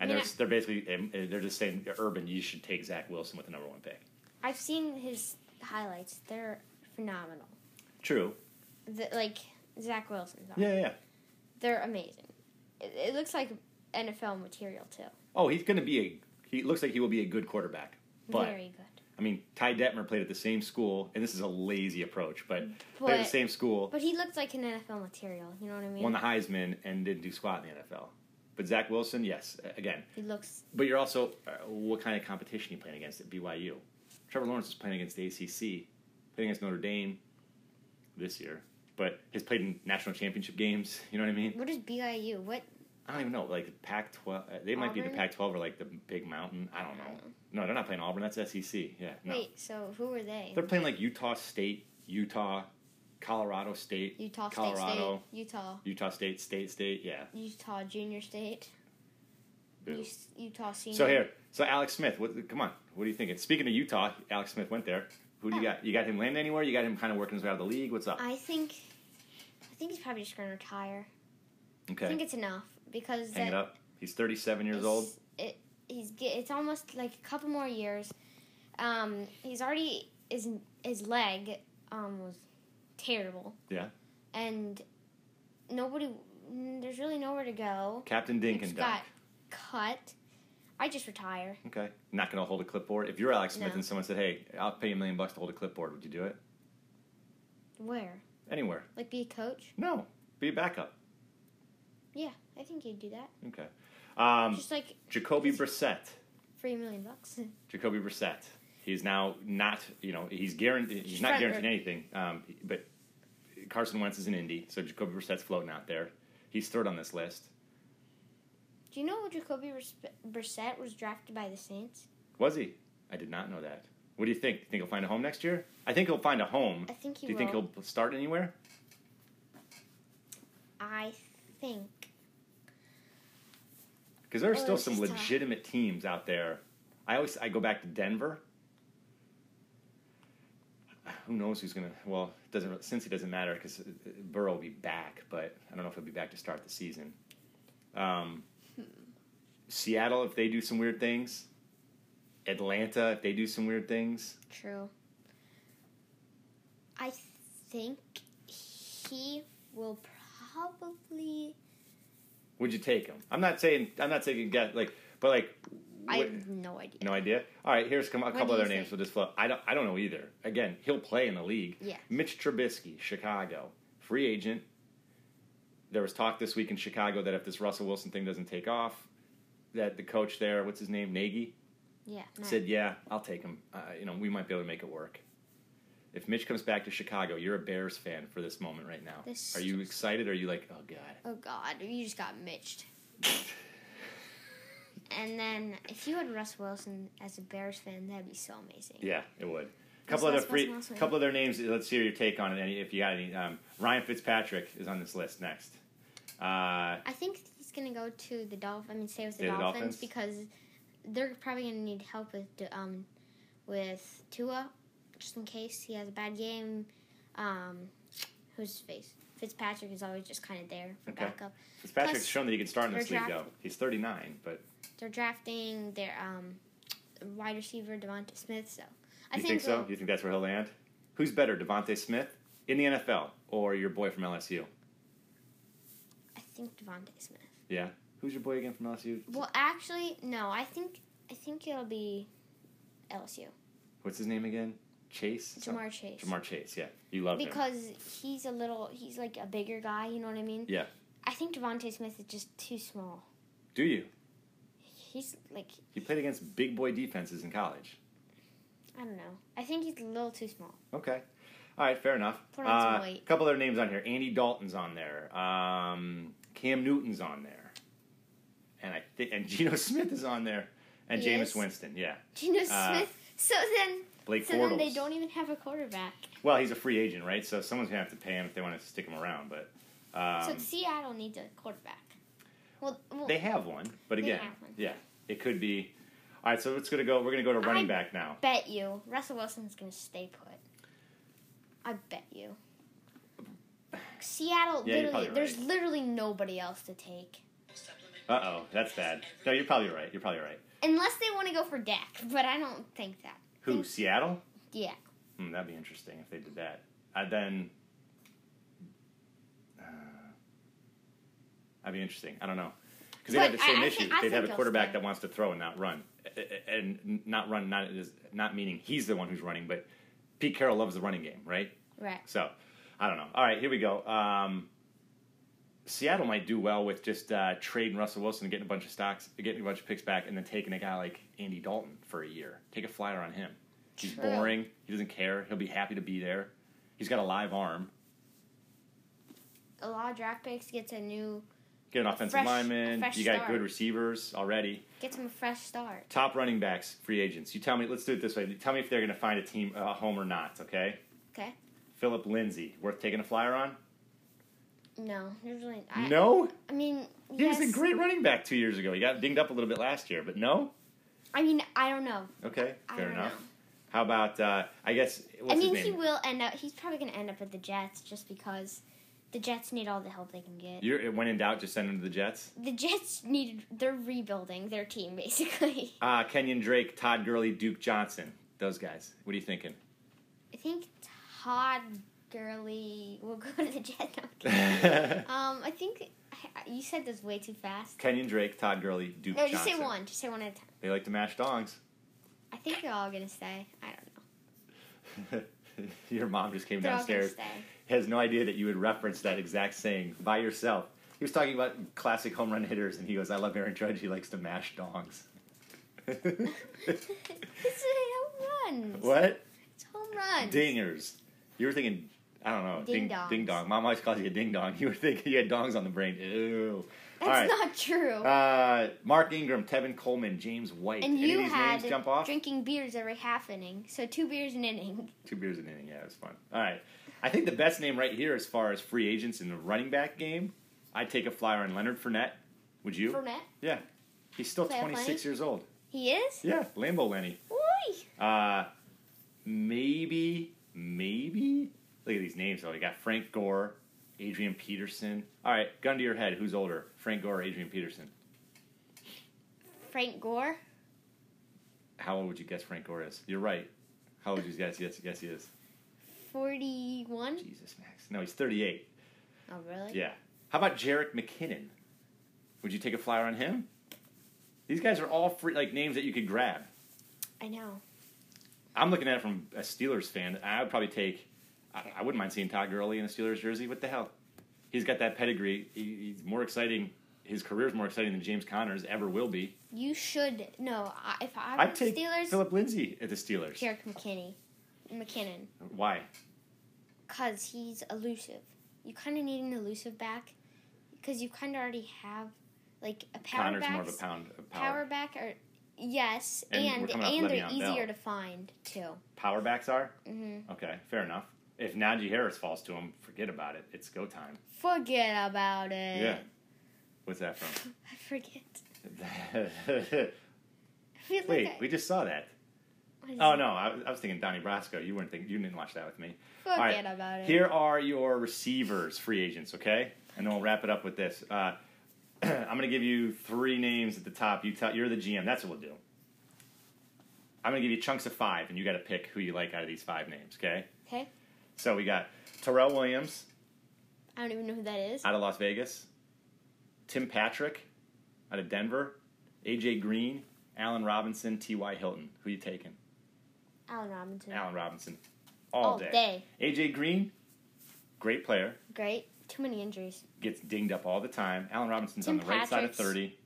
C: And
B: Yeah.
C: they're, they're basically um, uh, they're just saying Urban, you should take Zach Wilson with the number one pick.
B: I've seen his highlights. They're phenomenal.
C: True.
B: The, like Zach Wilson's. are.
C: Yeah, yeah. yeah.
B: They're amazing. It, it looks like NFL material too.
C: Oh, he's going to be a. He looks like he will be a good quarterback. But
B: Very good.
C: I mean, Ty Detmer played at the same school, and this is a lazy approach, but, played at
B: But-
C: the same school,
B: But he looked like an NFL material. You know what I mean?
C: won the Heisman, and didn't do squat in the NFL. But Zach Wilson, yes, a- again.
B: he looks.
C: But you're also uh, what kind of competition you playing against at BYU? Trevor Lawrence is playing against the ACC, playing against Notre Dame this year, but has played in national championship games. You know what I mean?
B: What is BIU? What?
C: I don't even know. Like Pac-12, they might be the
B: Auburn?
C: Pac-12 or like the Big Mountain. I don't know. No, they're not playing Auburn. That's SEC. Yeah. No.
B: Wait. So who are they?
C: They're playing like Utah State, Utah, Colorado State,
B: Utah State
C: Colorado,
B: State. Utah.
C: Utah State, State State. Yeah.
B: Utah Junior State.
C: Boo.
B: Us- Utah Senior.
C: So here, so Alex Smith. What, come on, what are you thinking? Speaking of Utah, Alex Smith went there. Who do you got? You got him landing anywhere? You got him kind of working his way out of the league? What's up?
B: I think. I think he's probably just gonna retire. I think
C: Okay,
B: it's enough because
C: hang it
B: that
C: up. He's 37 years
B: is-
C: old.
B: It he's ge- it's almost like a couple more years. Um, he's already his his leg um was terrible
C: Yeah,
B: and nobody mm, there's really nowhere to go.
C: Captain Dink
B: He's
C: and Dunk.
B: got cut. I just retire.
C: Okay, not gonna hold a clipboard. If you're Alex Smith
B: No.
C: and someone said, "Hey, I'll pay you a million bucks to hold a clipboard," would you do it?
B: Where?
C: Anywhere?
B: Like be a coach?
C: No. Be a backup.
B: Yeah, I think you'd do that.
C: Okay. Um,
B: Just like
C: Jacoby Brissett.
B: for a million bucks.
C: Jacoby Brissett. He's now not, you know, he's guaranteed. He's not
B: Trevor.
C: guaranteed anything. Um, but Carson Wentz is in Indy, so Jacoby Brissett's floating out there. He's third on this list.
B: Do you know Jacoby Brisp- Brissett was drafted by the Saints?
C: Was he? I did not know that. What do you think? You think he'll find a home next year? I think he'll find a home.
B: I think he
C: do you think
B: will.
C: he'll start anywhere?
B: I think
C: Because there are
B: Oh,
C: still
B: it's
C: some
B: just tough.
C: legitimate teams out there. I always I go back to Denver. Who knows who's gonna? Well, it doesn't since it doesn't matter because Burrow will be back, but I don't know if he'll be back to start the season. Um, Seattle, if they do some weird things, Atlanta, if they do some weird things,
B: True. I think he will probably.
C: would you take him? I'm not saying I'm not saying get like, but like,
B: I
C: what-
B: have no idea.
C: No idea. All right, here's come a
B: do
C: couple
B: you
C: other names.
B: think?
C: We'll just flow. I don't. I don't know either. Again, he'll play in the league.
B: Yeah.
C: Mitch Trubisky, Chicago, free agent. There was talk this week in Chicago that if this Russell Wilson thing doesn't take off, that the coach there, what's his name, Nagy,
B: Yeah. no.
C: said, "Yeah, I'll take him. Uh, you know, we might be able to make it work." If Mitch comes back to Chicago, you're a Bears fan for this moment right now.
B: This-
C: Are you excited? Or are you like, oh god?
B: oh God, you just got mitched. and then if you had Russ Wilson as a Bears fan, that'd be so amazing.
C: Yeah, it would. couple
B: Yes,
C: other
B: yes,
C: free,
B: yes, yes.
C: couple other names. Let's hear your take on it. Any, if you got any, um, Ryan Fitzpatrick is on this list next. Uh,
B: I think he's gonna go to the Dolphins. I mean, stay with the
C: Stay with the
B: Dolphins
C: Dolphins?
B: because they're probably gonna need help with the- um with Tua, just in case he has a bad game. Um, who's his face? Fitzpatrick is always just kind of there for
C: Okay.
B: backup.
C: Fitzpatrick's
B: Plus,
C: shown that he can start in this
B: they're
C: league, though.
B: drafted.
C: He's 39, but
B: They're drafting their um wide receiver Devonta Smith, so I
C: you think, so?
B: they'll-
C: You think that's where he'll land? Who's better, Devonte Smith in the NFL or your boy from LSU?
B: I think Devonta Smith.
C: Yeah, who's your boy again from LSU?
B: Well, actually, no. I think I think it'll be LSU.
C: What's his name again? Chase.
B: Jamar Chase.
C: Jamar Chase. Yeah, you love him.
B: because he's a little, he's like a bigger guy. You know what I mean?
C: Yeah.
B: I think Devonte Smith is just too small.
C: Do you?
B: He's like
C: He played against big boy defenses in college.
B: I don't know. I think he's a little too small.
C: Okay. All right, fair enough.
B: Put on some
C: Uh,
B: weight.
C: couple other names on here. Andy Dalton's on there. Um, Cam Newton's on there. And I think and Geno Smith is on there. And
B: He
C: Jameis
B: is?
C: Winston, yeah.
B: Geno
C: Uh,
B: Smith. So then,
C: Blake
B: so then they
C: Bortles.
B: don't even have a quarterback.
C: Well, he's a free agent, right? So someone's gonna have to pay him if they want to stick him around. But
B: so
C: um,
B: Seattle needs a quarterback. Well, well
C: they have one. But
B: They
C: again,
B: have one.
C: yeah, it could be. All right, so it's gonna go. We're gonna go to running
B: I-
C: back now.
B: bet you Russell Wilson's gonna stay put. I bet you. Seattle
C: Yeah, you're
B: literally,
C: probably
B: there's
C: right.
B: literally nobody else to take.
D: supplement
C: Uh oh, that's bad. No, you're probably right. You're probably right.
B: Unless they want to go for Dak, but I don't think that.
C: Who? Seattle?
B: Yeah.
C: Hmm, that'd be interesting if they did that. I then. Uh, that'd be interesting. I don't know. Because they
B: But
C: have the
B: I-
C: same
B: I
C: issue.
B: think- I
C: They'd have
B: think
C: a
B: they'll
C: quarterback
B: stay.
C: that wants to throw and not run, A- a- and n- not run. Not is not meaning he's the one who's running, but Pete Carroll loves the running game, right?
B: Right.
C: So I don't know. All right, here we go. Um, Seattle might do well with just uh, trading Russell Wilson, and getting a bunch of stocks, getting a bunch of picks back, and then taking a guy like Andy Dalton for a year. Take a flyer on him. He's
B: True.
C: boring. He doesn't care. He'll be happy to be there. He's got a live arm.
B: A lot of draft picks gets a new
C: Get an offensive
B: fresh- a
C: lineman.
B: fresh
C: You got
B: start.
C: good receivers already.
B: gets him a fresh start.
C: Top running backs, free agents. You tell me. Let's do it this way. Tell me if they're going to find a team a home or not. Okay.
B: Okay.
C: Philip Lindsay, worth taking a flyer on?
B: No, there's really. I,
C: no.
B: I mean,
C: He
B: yes.
C: was a great running back two years ago. He got dinged up a little bit last year, but no.
B: I mean, I don't know.
C: Okay,
B: I
C: fair
B: don't
C: enough.
B: know.
C: How about uh, I guess what's
B: I mean,
C: his
B: he
C: name?
B: will end up. He's probably going to end up at the Jets just because the Jets need all the help they can get.
C: You're, when in doubt, just send him to the Jets.
B: The Jets need. They're rebuilding their team basically.
C: Uh, Kenyon Drake, Todd Gurley, Duke Johnson, those guys. What are you thinking?
B: I think Todd Gurley will go to the Jets. No, I'm kidding.
C: Kenyon
B: um, I think I- you said this way too fast.
C: Drake, Todd Gurley, Duke
B: No,
C: Johnson.
B: just say one. Just say one at a time.
C: They like to mash dongs.
B: I think they're all gonna stay. I don't know.
C: Your mom just came
B: They're
C: downstairs.
B: all gonna stay.
C: Has no idea that you would reference that exact saying by yourself. He was talking about classic home run hitters, and he goes, "I love Aaron Judge. He likes to mash dongs."
B: It's a home runs.
C: what?
B: It's home runs.
C: Dingers. You were thinking, I don't know, ding,
B: Ding-dongs.
C: ding dong. Mom always calls you a ding dong. You were thinking you had dongs on the brain. Ew.
B: That's not true.
C: uh, Mark Ingram, Tevin Coleman, James White.
B: and
C: Any
B: you
C: of these
B: had
C: names jump off?
B: drinking beers every half inning, so two beers an inning.
C: Two beers an inning. Yeah, it was fun. All right. I think the best name right here, as far as free agents in the running back game, I'd take a flyer on Leonard Fournette. Would you?
B: Fournette,
C: Yeah. He's still
B: Playoff
C: 26
B: Lenny?
C: years old.
B: he is.
C: Yeah, Lambo Lenny.
B: Oy.
C: Uh, maybe, maybe. Look at these names though. We got Frank Gore, Adrian Peterson. All right, gun to your head. Who's older, Frank Gore or Adrian Peterson?
B: Frank Gore.
C: How old would you guess Frank Gore is? You're right. How old would you guess? Yes, yes, he is.
B: 41.
C: Jesus, Max. No, he's 38.
B: Oh, really?
C: Yeah. How about Jarek McKinnon? Would you take a flyer on him? These guys are all free, like names that you could grab.
B: I know.
C: I'm looking at it from a Steelers fan. I would probably take. I, I wouldn't mind seeing Todd Gurley in a Steelers jersey. What the hell? He's got that pedigree. He, he's more exciting. His career's more exciting than James Connor's ever will be.
B: You should. No, I, if I were
C: I'd take
B: Steelers,
C: Philip Lindsay at the Steelers.
B: Jarek McKinney. McKinnon.
C: Why?
B: Because he's elusive. You kind of need an elusive back. Because you kind of already have, like, a power
C: Connor's
B: back.
C: more of a pound of power.
B: power back or yes
C: And
B: and
C: we're
B: and,
C: coming off
B: they're
C: Le'Veon Bell.
B: easier to find too
C: Power backs are
B: hmm
C: okay. Fair enough. If Najee Harris falls to him, forget about it. It's go time.
B: forget about it
C: Yeah. What's that from?
B: i forget I feel like
C: Wait,
B: I-
C: we just saw that.
B: what is
C: Oh
B: it?
C: no, I, was- I was thinking Donnie Brasco. You weren't thinking. You didn't watch that with me.
B: forget
C: All right,
B: about it
C: Here are your receivers, free agents, okay? And then we'll wrap it up with this. Uh, I'm going to give you three names at the top. You tell, you're the GM. That's what we'll do. I'm going to give you chunks of five, and you got to pick who you like out of these five names, okay?
B: okay
C: So we got Terrell Williams
B: i don't even know who that is
C: out of Las Vegas, Tim Patrick out of Denver, AJ Green, Allen Robinson, T.Y. Hilton. Who you taking?
B: alan robinson
C: Allen Robinson. All,
B: All
C: day.
B: day.
C: AJ Green, great player.
B: great too many injuries
C: gets dinged up all the time. Allen Robinson's
B: Tim
C: on the right side of
B: Patrick's-
C: 30.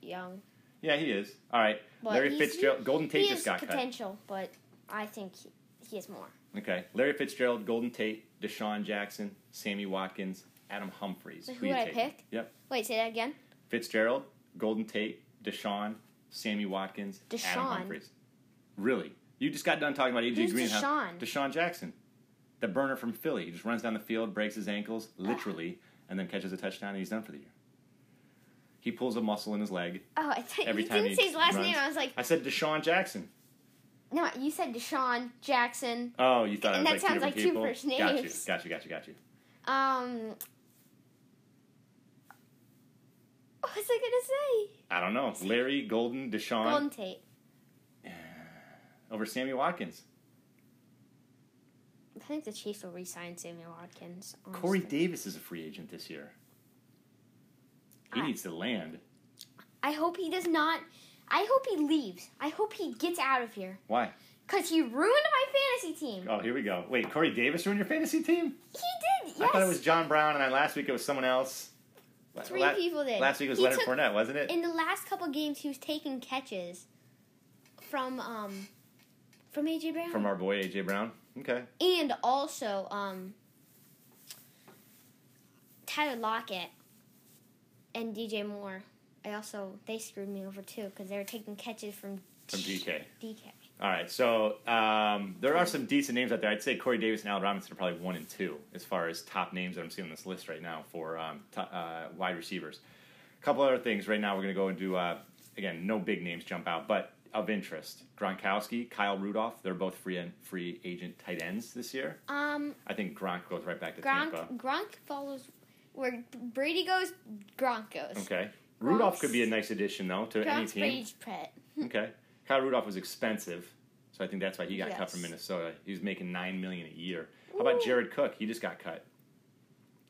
B: young
C: Yeah, he is. All right.
B: but
C: Larry
B: he's-
C: Fitzgerald. Golden Tate
B: he
C: just
B: has
C: got
B: potential but i think he, he has more
C: cut. Okay. Larry Fitzgerald, Golden Tate, Deshaun Jackson, Sammy Watkins, Adam Humphreys.
B: Wait, who
C: you
B: would I
C: taking?
B: pick?
C: Yep.
B: wait say that again
C: Fitzgerald, Golden Tate, Deshaun, Sammy Watkins, Adam
B: Deshaun?
C: Humphreys. Really? You just got done talking about AJ
B: Who's
C: Green. how-
B: Deshaun?
C: Deshaun Jackson. The burner from Philly. He just runs down the field, breaks his ankles, literally, and then catches a touchdown, and he's done for the year. He pulls a muscle in his leg.
B: oh i thought
C: Every
B: you
C: time
B: didn't
C: he
B: say his last
C: runs-
B: name i was like
C: I said Deshaun Jackson.
B: no you said deshaun jackson
C: Oh, you thought
B: And
C: I
B: that
C: was
B: sounds like
C: like two
B: two
C: different
B: first
C: people?
B: names.
C: Got you, got you, got you, got you.
B: Um. What was I gonna say?
C: I don't know. Larry Golden Deshaun
B: Golden Tate.
C: over Sammy Watkins.
B: I think the Chiefs will re-sign Samuel Watkins. honestly.
C: Corey Davis is a free agent this year. He
B: I-
C: needs to land.
B: I hope he does not. I hope he leaves. I hope he gets out of here.
C: Why?
B: Cause he ruined my fantasy team.
C: Oh, here we go. Wait, Corey Davis ruined your fantasy team?
B: He did. Yes.
C: I thought it was John Brown, and then last week it was someone else. La-
B: Three
C: la-
B: people did.
C: Last week it was
B: He
C: Leonard
B: took-
C: Fournette, wasn't it?
B: in the last couple games he was taking catches from um from AJ Brown
C: From our boy AJ Brown. Okay.
B: and also um Tyler Lockett and DJ Moore. I also they screwed me over too because they were taking catches from
C: From DK.
B: DK.
C: All right, so um, there are some decent names out there. I'd say Corey Davis and Al Robinson are probably one and two as far as top names that I'm seeing on this list right now for um, to uh, wide receivers. A couple other things right now. We're going to go and do uh, again. No big names jump out, but of interest: Gronkowski, Kyle Rudolph. They're both free en- free agent tight ends this year.
B: Um,
C: I think Gronk goes right back to Tampa.
B: Gronk Gronk follows where Brady goes. Gronk goes.
C: Okay, Rudolph
B: Gronk's-
C: could be a nice addition though to any
B: Gronk's
C: team.
B: Brady's pet.
C: Okay. Kyle Rudolph was expensive, so I think that's why he got cut from
B: Yes.
C: Minnesota. He was making nine million a year. How about
B: Ooh.
C: Jared Cook? He just got cut.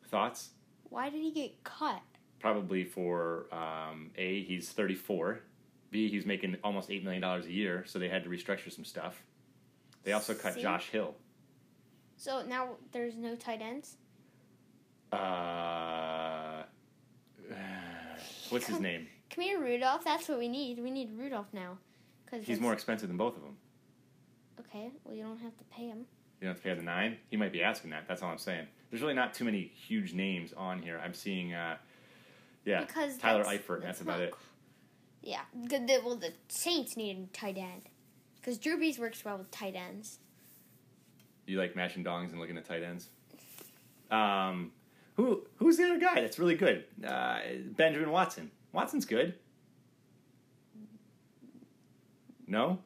C: Thoughts?
B: Why did he get cut?
C: Probably for um, a he's thirty four, b he's making almost eight million dollars a year, so they had to restructure some stuff. They also cut
B: See?
C: Josh Hill.
B: So now there's no tight ends.
C: Uh, what's his name?
B: Come here, Rudolph. That's what we need. We need Rudolph now. Cause
C: He's
B: that's-
C: more expensive than both of them.
B: Okay, well, you don't have to pay him.
C: You don't have to pay the nine. He might be asking that. That's all I'm saying. There's really not too many huge names on here. I'm seeing, uh, yeah,
B: Because
C: Tyler
B: that's-
C: Eifert. That's,
B: that's
C: about
B: not
C: it.
B: Yeah. Good. The, well, the Saints need a tight end. Because Drew Brees works well with tight ends.
C: You like mashing dongs and looking at tight ends. Um, who who's the other guy that's really good? Uh, Benjamin Watson. Watson's good. No.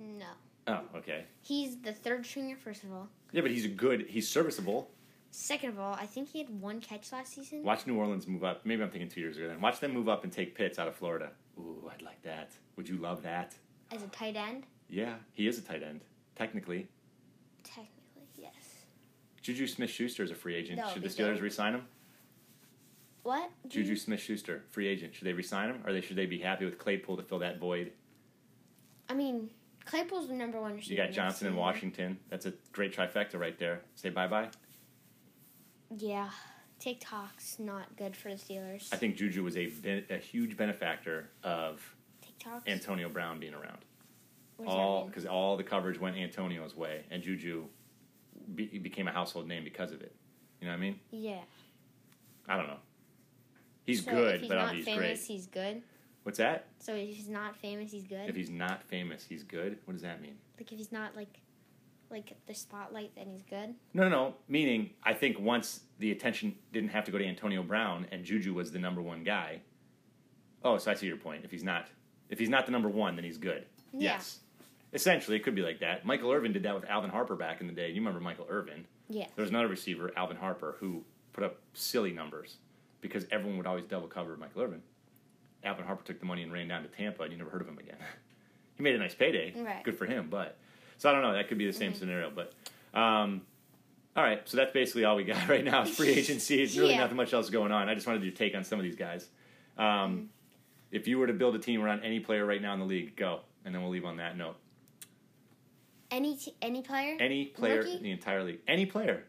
B: No.
C: Oh, okay.
B: He's the third stringer, first of all.
C: Yeah, but he's a good. He's serviceable.
B: Second of all, I think he had one catch last season.
C: Watch New Orleans move up. Maybe I'm thinking two years ago. Then watch them move up and take Pitts out of Florida. Ooh, I'd like that. Would you love that?
B: As a tight end?
C: Yeah, he is a tight end, technically.
B: Technically, yes.
C: Juju Smith Schuster is a free agent.
B: No, Mm-hmm.
C: Should the
B: they
C: Steelers
B: don't.
C: resign him?
B: What?
C: Juju Smith Schuster, free agent. Should they resign him? Or they, should they be happy with Claypool to fill that void?
B: I mean, Claypool's the number one
C: You
B: receiver.
C: got
B: next
C: Johnson and
B: season.
C: Washington. That's a great trifecta right there. Say bye bye.
B: Yeah. TikTok's not good for the Steelers.
C: I think Juju was a, ben- a huge benefactor of
B: TikTok's.
C: Antonio Brown being around.
B: what does that
C: All
B: mean?
C: Because all the coverage went Antonio's way, and Juju be- became a household name because of it. You know what I mean?
B: Yeah.
C: I don't know. He's
B: So
C: good,
B: if he's
C: but I don't
B: not
C: think he's
B: famous,
C: great.
B: he's good.
C: What's that?
B: So if he's not famous, he's good.
C: If he's not famous, he's good. What does that mean?
B: Like if he's not like like the spotlight, then he's good.
C: No, no, no. Meaning, I think once the attention didn't have to go to Antonio Brown and Juju was the number one guy. Oh, so I see your point. If he's not, if he's not the number one, then he's good.
B: Yeah.
C: Yes. Essentially, it could be like that. Michael Irvin did that with Alvin Harper back in the day. You remember Michael Irvin?
B: Yeah.
C: There was another receiver, Alvin Harper, who put up silly numbers because everyone would always double cover Michael Irvin. Alvin Harper took the money and ran down to Tampa, and you never heard of him again. he made a nice payday.
B: Right. Mm-hmm.
C: Good for him, but so I don't know. That could be the same scenario, but. Um, all right, so that's basically all we got right now. It's free agency. It's really
B: Yeah.
C: nothing much else going on. I just wanted your take on some of these guys. Um,
B: Mm-hmm.
C: If you were to build a team around any player right now in the league, go, and then we'll leave on that note.
B: Any t- any player?
C: Any player
B: Rookie?
C: in the entire league. Any player.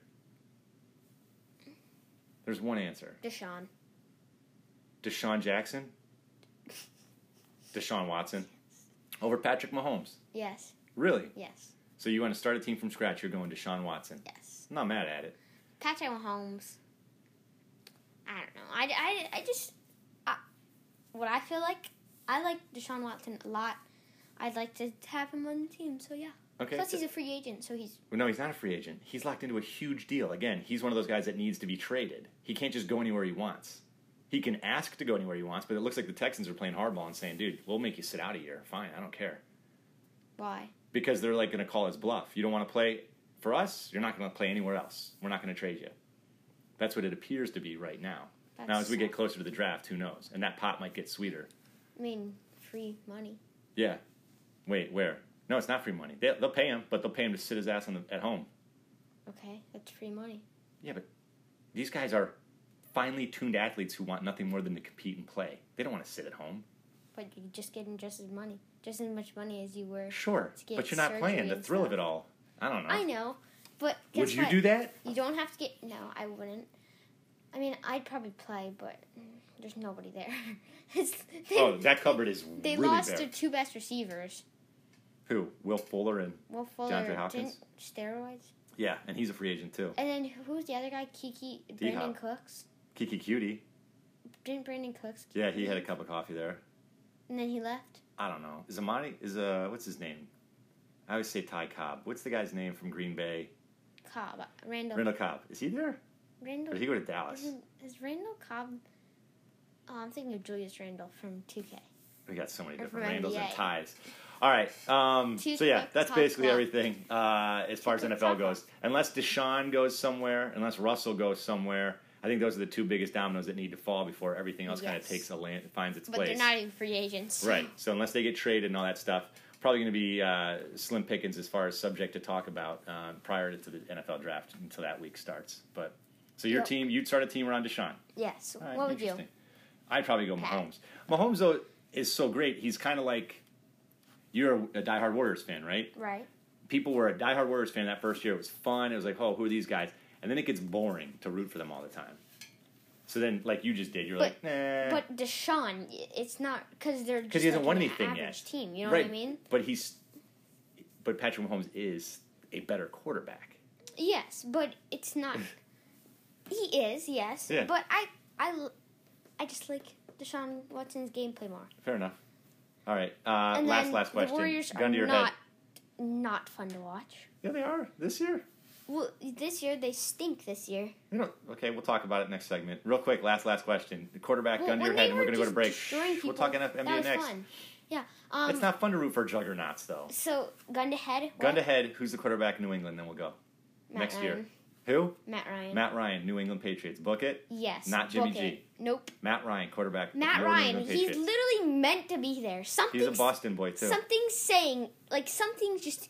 C: There's one answer.
B: Deshaun.
C: Deshaun Jackson. Deshaun Watson. Over Patrick Mahomes.
B: Yes.
C: Really?
B: Yes.
C: So you want to start a team from scratch, you're going Deshaun Watson.
B: Yes.
C: I'm not mad at it.
B: Patrick Mahomes. I don't know. I, I, I just I, what I feel like. I like Deshaun Watson a lot. I'd like to have him on the team. So yeah.
C: Okay.
B: Plus he's a free agent, so he's
C: Well, no, he's not a free agent. He's locked into a huge deal. Again, he's one of those guys that needs to be traded. He can't just go anywhere he wants. He can ask to go anywhere he wants, but it looks like the Texans are playing hardball and saying, dude, we'll make you sit out a year. Fine, I don't care.
B: why
C: Because they're like going to call his bluff. You don't want to play for us, you're not going to play anywhere else. We're not going to trade you. That's what it appears to be right now.
B: That's
C: now, as we get
B: sad.
C: closer to the draft, who knows? And that pot might get sweeter.
B: I mean, free money.
C: Yeah. Wait, where? No, it's not free money. They, they'll pay him, but they'll pay him to sit his ass on the, at home.
B: Okay, that's free money.
C: Yeah, but these guys are finely tuned athletes who want nothing more than to compete and play. They don't want to sit at home.
B: But you're just getting just as money, just as much money as you were.
C: Sure,
B: To get
C: but you're not
B: surgery
C: playing. The
B: and
C: thrill of
B: stuff.
C: it all. I don't know.
B: I know, but
C: Would
B: guess
C: you
B: what?
C: do that?
B: You don't have to get. No, I wouldn't. I mean, I'd probably play, but mm, there's nobody there. it's, they
C: Oh, that cupboard is
B: they
C: really
B: lost
C: bare.
B: their two best receivers.
C: Who? Will Fuller and
B: Will Fuller
C: DeAndre Hopkins?
B: didn't steroids,
C: yeah, and he's a free agent too.
B: and then who's the other guy? Kiki Brandon Cooks
C: Kiki Cutie.
B: didn't Brandon Cooks.
C: Yeah, he had a cup of coffee there.
B: and then he left.
C: I don't know. Is Amani is uh what's his name? I always say Ty Cobb. What's the guy's name from Green Bay?
B: Cobb Randall
C: Randall Cobb. Is he there? Or
B: Randall
C: did he go to Dallas?
B: Isn't- Is Randall Cobb? Oh, I'm thinking of Julius Randall from 2K.
C: We got so many
B: Or
C: different
B: from
C: Randalls and
B: NBA.
C: ties. All right. Um,
B: Two
C: so yeah,
B: quick
C: that's
B: top
C: basically
B: off.
C: everything uh, as far as
B: Two quick
C: NFL
B: top
C: goes. Unless Deshaun goes somewhere, unless Russell goes somewhere, I think those are the two biggest dominoes that need to fall before everything else kind of
B: Yes.
C: takes a land, finds its
B: But
C: place.
B: they're not even free agents.
C: Right. So unless they get traded and all that stuff, probably going to be uh, slim pickings as far as subject to talk about uh, prior to the NFL draft until that week starts. But so your
B: Yep.
C: team, you'd start a team around Deshaun.
B: Yes.
C: All right,
B: what would you?
C: interesting. I'd probably go
B: Pat.
C: Mahomes. Mahomes though is so great. He's kind of like you're a diehard Warriors fan, right?
B: Right.
C: People were a diehard Warriors fan that first year. It was fun. It was like, oh, who are these guys? And then it gets boring to root for them all the time. So then, like you just did, you're
B: But-
C: like, nah.
B: But Deshaun, y- it's not because they're because
C: he hasn't won anything yet.
B: average Team, you know
C: right.
B: what I mean?
C: But he's, but Patrick Mahomes is a better quarterback.
B: Yes, but it's not. he is yes,
C: Yeah.
B: but I I l- I just like Deshaun Watson's gameplay more.
C: Fair enough. All right. Uh,
B: And
C: last
B: then
C: last question.
B: The Warriors
C: Gun
B: are
C: to your
B: not
C: head.
B: not fun to watch.
C: Yeah, they are this year.
B: Well, this year they stink. This year.
C: You know, okay, we'll talk about it next segment. Real quick, last last question. The quarterback
B: Well,
C: gun to your
B: when they
C: head, and
B: were
C: we're going to go to
B: just
C: break.
B: destroying people,
C: We'll talk NF-
B: that
C: NBA
B: was
C: next.
B: fun. Yeah. Um,
C: it's not fun to root for juggernauts, though.
B: So gun to head.
C: Gun to
B: what?
C: head, who's the quarterback in New England? Then we'll go
B: Matt
C: next year.
B: Ryan.
C: Who?
B: Matt Ryan.
C: Matt Ryan, New England Patriots. Book it.
B: Yes.
C: Not Jimmy
B: book
C: G.
B: it. Nope.
C: Matt Ryan, quarterback. of
B: Matt
C: your New
B: Ryan.
C: England
B: He's
C: Patriots.
B: literally meant to be there. Something.
C: He's a Boston boy too.
B: Something's saying like something's just.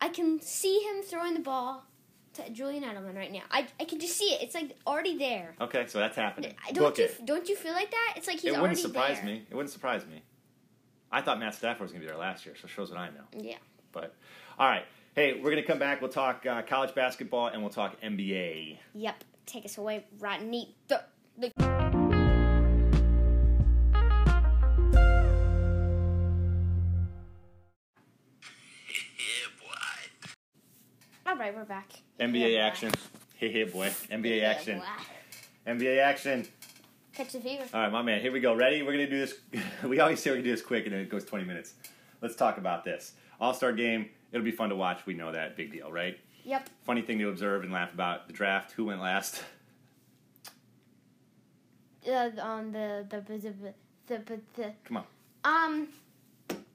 B: I can see him throwing the ball to Julian Edelman right now. I, I can just see it. It's like already there.
C: Okay, so that's happening.
B: I- Don't
C: Book
B: you
C: it.
B: don't you feel like that? It's like he's
C: it
B: already
C: wouldn't surprise
B: there.
C: me. It wouldn't surprise me. I thought Matt Stafford was going to be there last year, so it shows what I know.
B: Yeah.
C: But all right, hey, we're going to come back. We'll talk uh, college basketball and we'll talk NBA.
B: Yep. Take us away, rotten meat. The, the All right, we're back.
C: NBA
B: Yeah, boy.
C: action. Hey, hey, boy. NBA
B: Yeah,
C: action.
B: boy.
C: NBA action.
B: Catch the fever.
C: All right, my man. Here we go. Ready? We're gonna do this. we always say we can do this quick, and then it goes 20 minutes. Let's talk about this All Star game. It'll be fun to watch. We know that. Big deal, right?
B: Yep.
C: Funny thing to observe and laugh about the draft. Who went last?
B: Uh, on the the the the, the, the, the
C: Come on,
B: um.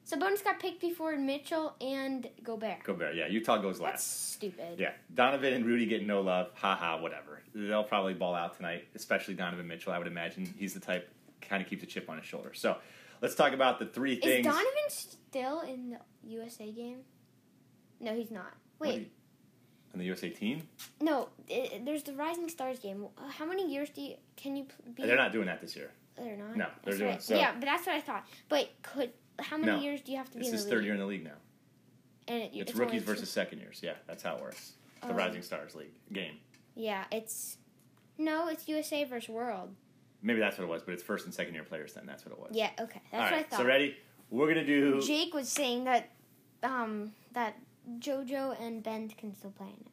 B: So Bonus got picked before Mitchell and Gobert.
C: Gobert. Yeah, Utah goes last.
B: That's stupid.
C: Yeah, Donovan and Rudy get no love. Haha, whatever. They'll probably ball out tonight, especially Donovan Mitchell. I would imagine he's the type kind of keeps a chip on his shoulder. So let's talk about the three
B: Is
C: things.
B: Donovan still in the USA game? No, he's not.
C: What do
B: Wait,
C: you- on the USA team?
B: no. i there's the Rising Stars game. Uh, How many years do you can you pl- be? Oh,
C: They're not doing that this year.
B: They're not.
C: No, they're
B: That's
C: doing
B: what I-
C: so-
B: Yeah, but that's what I thought. But could how many
C: No.
B: years do you have to be
C: This
B: in the
C: is third
B: league?
C: year in the league now.
B: And it-
C: It's,
B: only
C: rookies
B: two-
C: versus second years. Yeah, that's how it works. The
B: Oh.
C: Rising Stars League game.
B: Yeah, it's no, it's USA versus World.
C: Maybe that's what it was, but it's first and second year players. Then that's what it was.
B: Yeah, okay, that's
C: All
B: what I
C: right.
B: thought.
C: so ready? We're gonna do.
B: Jake was saying that um that JoJo and Ben can still play in it,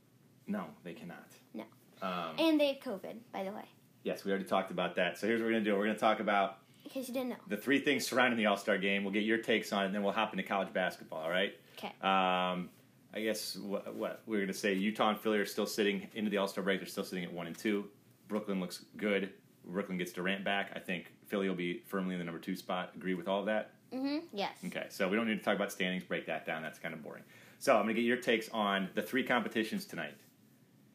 C: no, they cannot.
B: No.
C: Um,
B: and they had COVID, by the way,
C: yes, we already talked about that. So here's what we're gonna do. We're gonna talk about
B: in case you didn't know.
C: the three things surrounding the All Star game. We'll get your takes on it, and then we'll hop into college basketball. All right.
B: Okay.
C: Um, I guess what, what we we're going to say Utah and Philly are still sitting into the All Star break. They're still sitting at one and two. Brooklyn looks good. Brooklyn gets Durant back. I think Philly will be firmly in the number two spot. Agree with all of that?
B: Mm-hmm. Yes.
C: Okay, so we don't need to talk about standings. Break that down. That's kind of boring. So I'm going to get your takes on the three competitions tonight.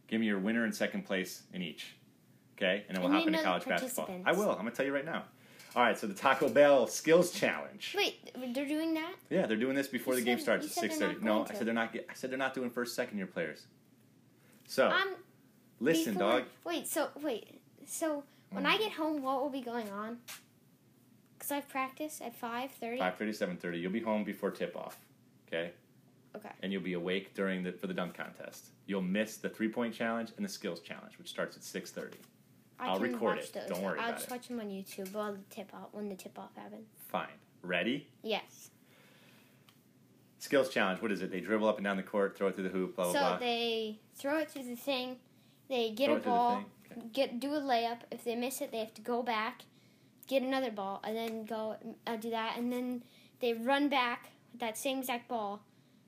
C: Give me your winner and second place in each. Okay, and then we'll
B: I
C: hop
B: need
C: into
B: to know the
C: college basketball. I
B: participants.
C: will. I'm gonna tell you right now. All right, so the Taco Bell Skills Challenge.
B: Wait, they're doing that?
C: Yeah, they're doing this before
B: You
C: the game
B: said-
C: starts
B: you
C: at
B: said they're
C: six thirty.
B: not
C: No,
B: going
C: I
B: to.
C: said they're not. ge- I said they're not doing first, second year players. So
B: Um,
C: Oh, listen,
B: before-
C: dog. Mm.
B: Wait, so wait, so when I get home, what will be going on? Cause I practice at five thirty.
C: Five thirty, seven thirty. You'll be home before tip off. Okay,
B: Okay.
C: and you'll be awake during the for the dunk contest. You'll miss the three point challenge and the skills challenge, which starts at six thirty.
B: I
C: I'll
B: can
C: record
B: watch
C: it.
B: Those.
C: Don't worry
B: I'll
C: about
B: just
C: it.
B: watch them on YouTube while the tip off when the tip off happens.
C: Fine. Ready?
B: Yes.
C: Skills challenge. What is it? They dribble up and down the court, throw it through the hoop, blah blah
B: so
C: blah.
B: they throw it through the thing. They get
C: Throw
B: a
C: it through the
B: ball,
C: thing.
B: get do a layup. If they miss it, they have to go back, get another ball, and then go uh, do that. And then they run back with that same exact ball,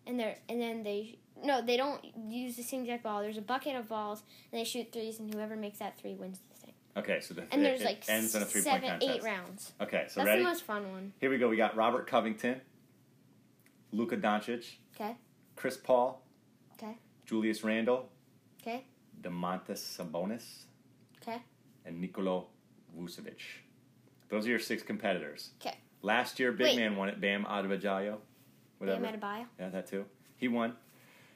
B: and they and then they no, they don't use the same exact ball. There's a bucket of balls, and they shoot threes, and whoever makes that three wins the thing.
C: Okay, so the,
B: And
C: it-
B: there's
C: it
B: like
C: ends on a three point
B: seven,
C: contest.
B: eight rounds.
C: Okay, so
B: That's
C: ready?
B: the most fun one.
C: Here we go. We got Robert Covington, Luka Doncic,
B: Okay.
C: Chris Paul,
B: Okay.
C: Julius Randle,
B: Okay.
C: Demontis Sabonis,
B: Okay.
C: and Nikolo Vucevic. Those are your six competitors.
B: Okay.
C: Last year, big
B: Wait.
C: man won it. Bam Adebayo, whatever.
B: Bam Adebayo.
C: yeah, that too. He won.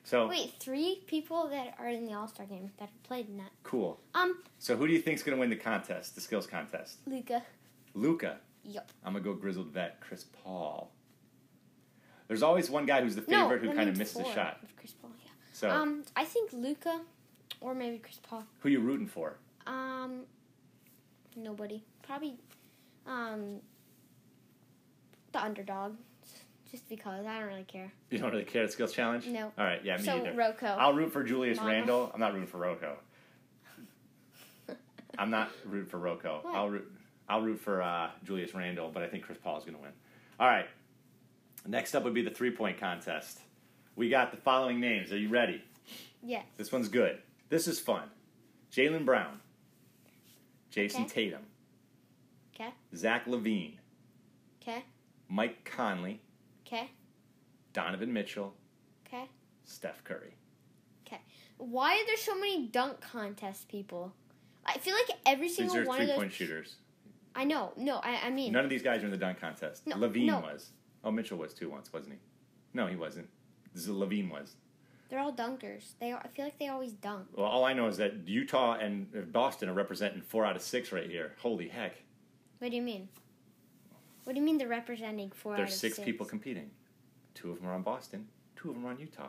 C: So
B: Wait, three people that are in the All Star game that played in that.
C: cool.
B: Um,
C: So who do you think's gonna win the contest, the skills contest?
B: Luca.
C: Luca.
B: Yup.
C: I'm gonna go grizzled vet Chris Paul. There's always one guy who's the
B: No,
C: favorite
B: that
C: who kind of
B: means
C: missed the
B: four
C: shot.
B: of Chris Paul. Yeah.
C: So
B: Um, I think Luca, or maybe Chris Paul.
C: who you rooting for?
B: Um, nobody. Probably, um, the underdog. Just because I don't really care.
C: You don't really care the skills challenge?
B: No.
C: All right, yeah, me
B: so
C: either.
B: Rocco.
C: I'll root for Julius
B: Mama.
C: Randle. I'm not rooting for Rocco. I'm not rooting for Rocco.
B: What?
C: I'll root I'll root for uh, Julius Randle, but I think Chris Paul is gonna win. All right. Next up would be the three point contest. We got the following names. Are you ready?
B: yes.
C: This one's good. This is fun. Jalen Brown, Jason
B: Okay.
C: Tatum,
B: Okay.
C: Zach Levine,
B: Okay.
C: Mike Conley,
B: Okay.
C: Donovan Mitchell,
B: Okay.
C: Steph Curry.
B: Why are there so many dunk contest people? I feel like every
C: These
B: single
C: are
B: one
C: three
B: of
C: point
B: those.
C: shooters.
B: I know. No, I, I mean.
C: None of these guys are in the dunk contest.
B: No,
C: Levine
B: no.
C: was. Oh, Mitchell was too once, wasn't he? No, he wasn't. Z- Levine was.
B: They're all dunkers. They I feel like they always dunk.
C: Well, all I know is that Utah and Boston are representing four out of six right here. Holy heck.
B: What do you mean? What do you mean they're representing four? out
C: There's
B: of
C: six,
B: six
C: people competing. Two of them are on Boston, two of them are on Utah.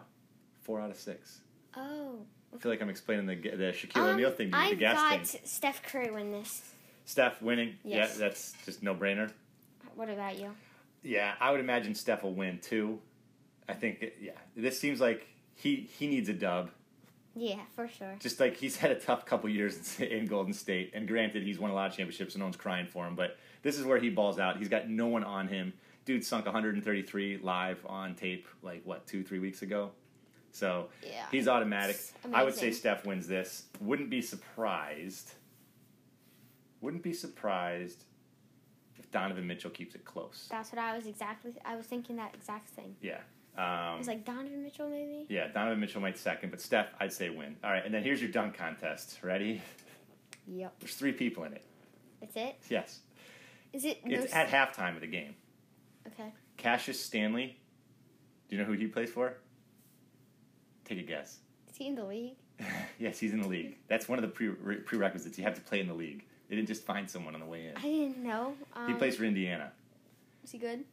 C: Four out of six.
B: Oh,
C: I feel like I'm explaining the, the Shaquille
B: Um,
C: O'Neal thing to you, the
B: I've
C: gas
B: got
C: thing.
B: Steph Curry win this.
C: Steph winning.
B: Yes.
C: Yeah, that's just no brainer.
B: What about you?
C: Yeah, I would imagine Steph will win too. I think, yeah, this seems like he, he needs a dub.
B: Yeah, for sure.
C: just like he's had a tough couple years in Golden State, and granted, he's won a lot of championships, and no one's crying for him. But this is where he balls out. He's got no one on him. Dude sunk 133 live on tape, like what two, three weeks ago. So
B: Yeah.
C: he's automatic.
B: It's
C: I would say
B: amazing.
C: Steph wins this. Wouldn't be surprised. Wouldn't be surprised if Donovan Mitchell keeps it close.
B: That's what I was exactly. I was thinking that exact thing.
C: Yeah. Um,
B: I was like Donovan Mitchell, maybe.
C: yeah, Donovan Mitchell might second, but Steph, I'd say win. All right, and then here's your dunk contest. Ready?
B: Yep.
C: There's three people in it.
B: That's it.
C: Yes.
B: Is it? no s-
C: It's at halftime of the game.
B: okay.
C: Cassius Stanley. Do you know who he plays for? Take a guess.
B: Is he in the league?
C: Yes, he's in the league. That's one of the pre- prerequisites. You have to play in the league. They didn't just find someone on the way in.
B: I didn't know. Um,
C: He plays for Indiana.
B: Is he good?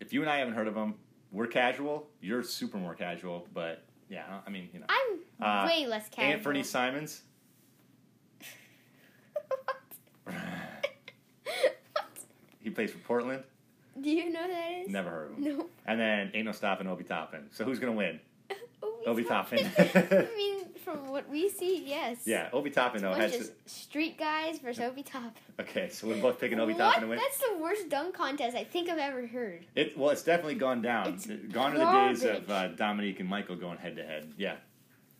C: If you and I haven't heard of him, we're casual. You're super more casual, but yeah, I- I mean, you know.
B: I'm
C: Uh,
B: way less casual.
C: Anthony Simons. he plays for Portland.
B: Do you know who that is?
C: Never heard of him.
B: No.
C: And then ain't no stopping Obi Toppin. So who's gonna win?
B: Oh,
C: Obi Toppin.
B: I mean, from what we see, yes.
C: Yeah, Obi Toppin though
B: Bunch
C: has.
B: of street guys versus Obi Toppin.
C: Okay, so we're both picking Obi
B: what?
C: Toppin to win.
B: That's the worst dunk contest I think I've ever heard.
C: It, well, it's definitely gone down.
B: It's
C: gone are the days
B: garbage.
C: of uh, Dominique and Michael going head to head. Yeah,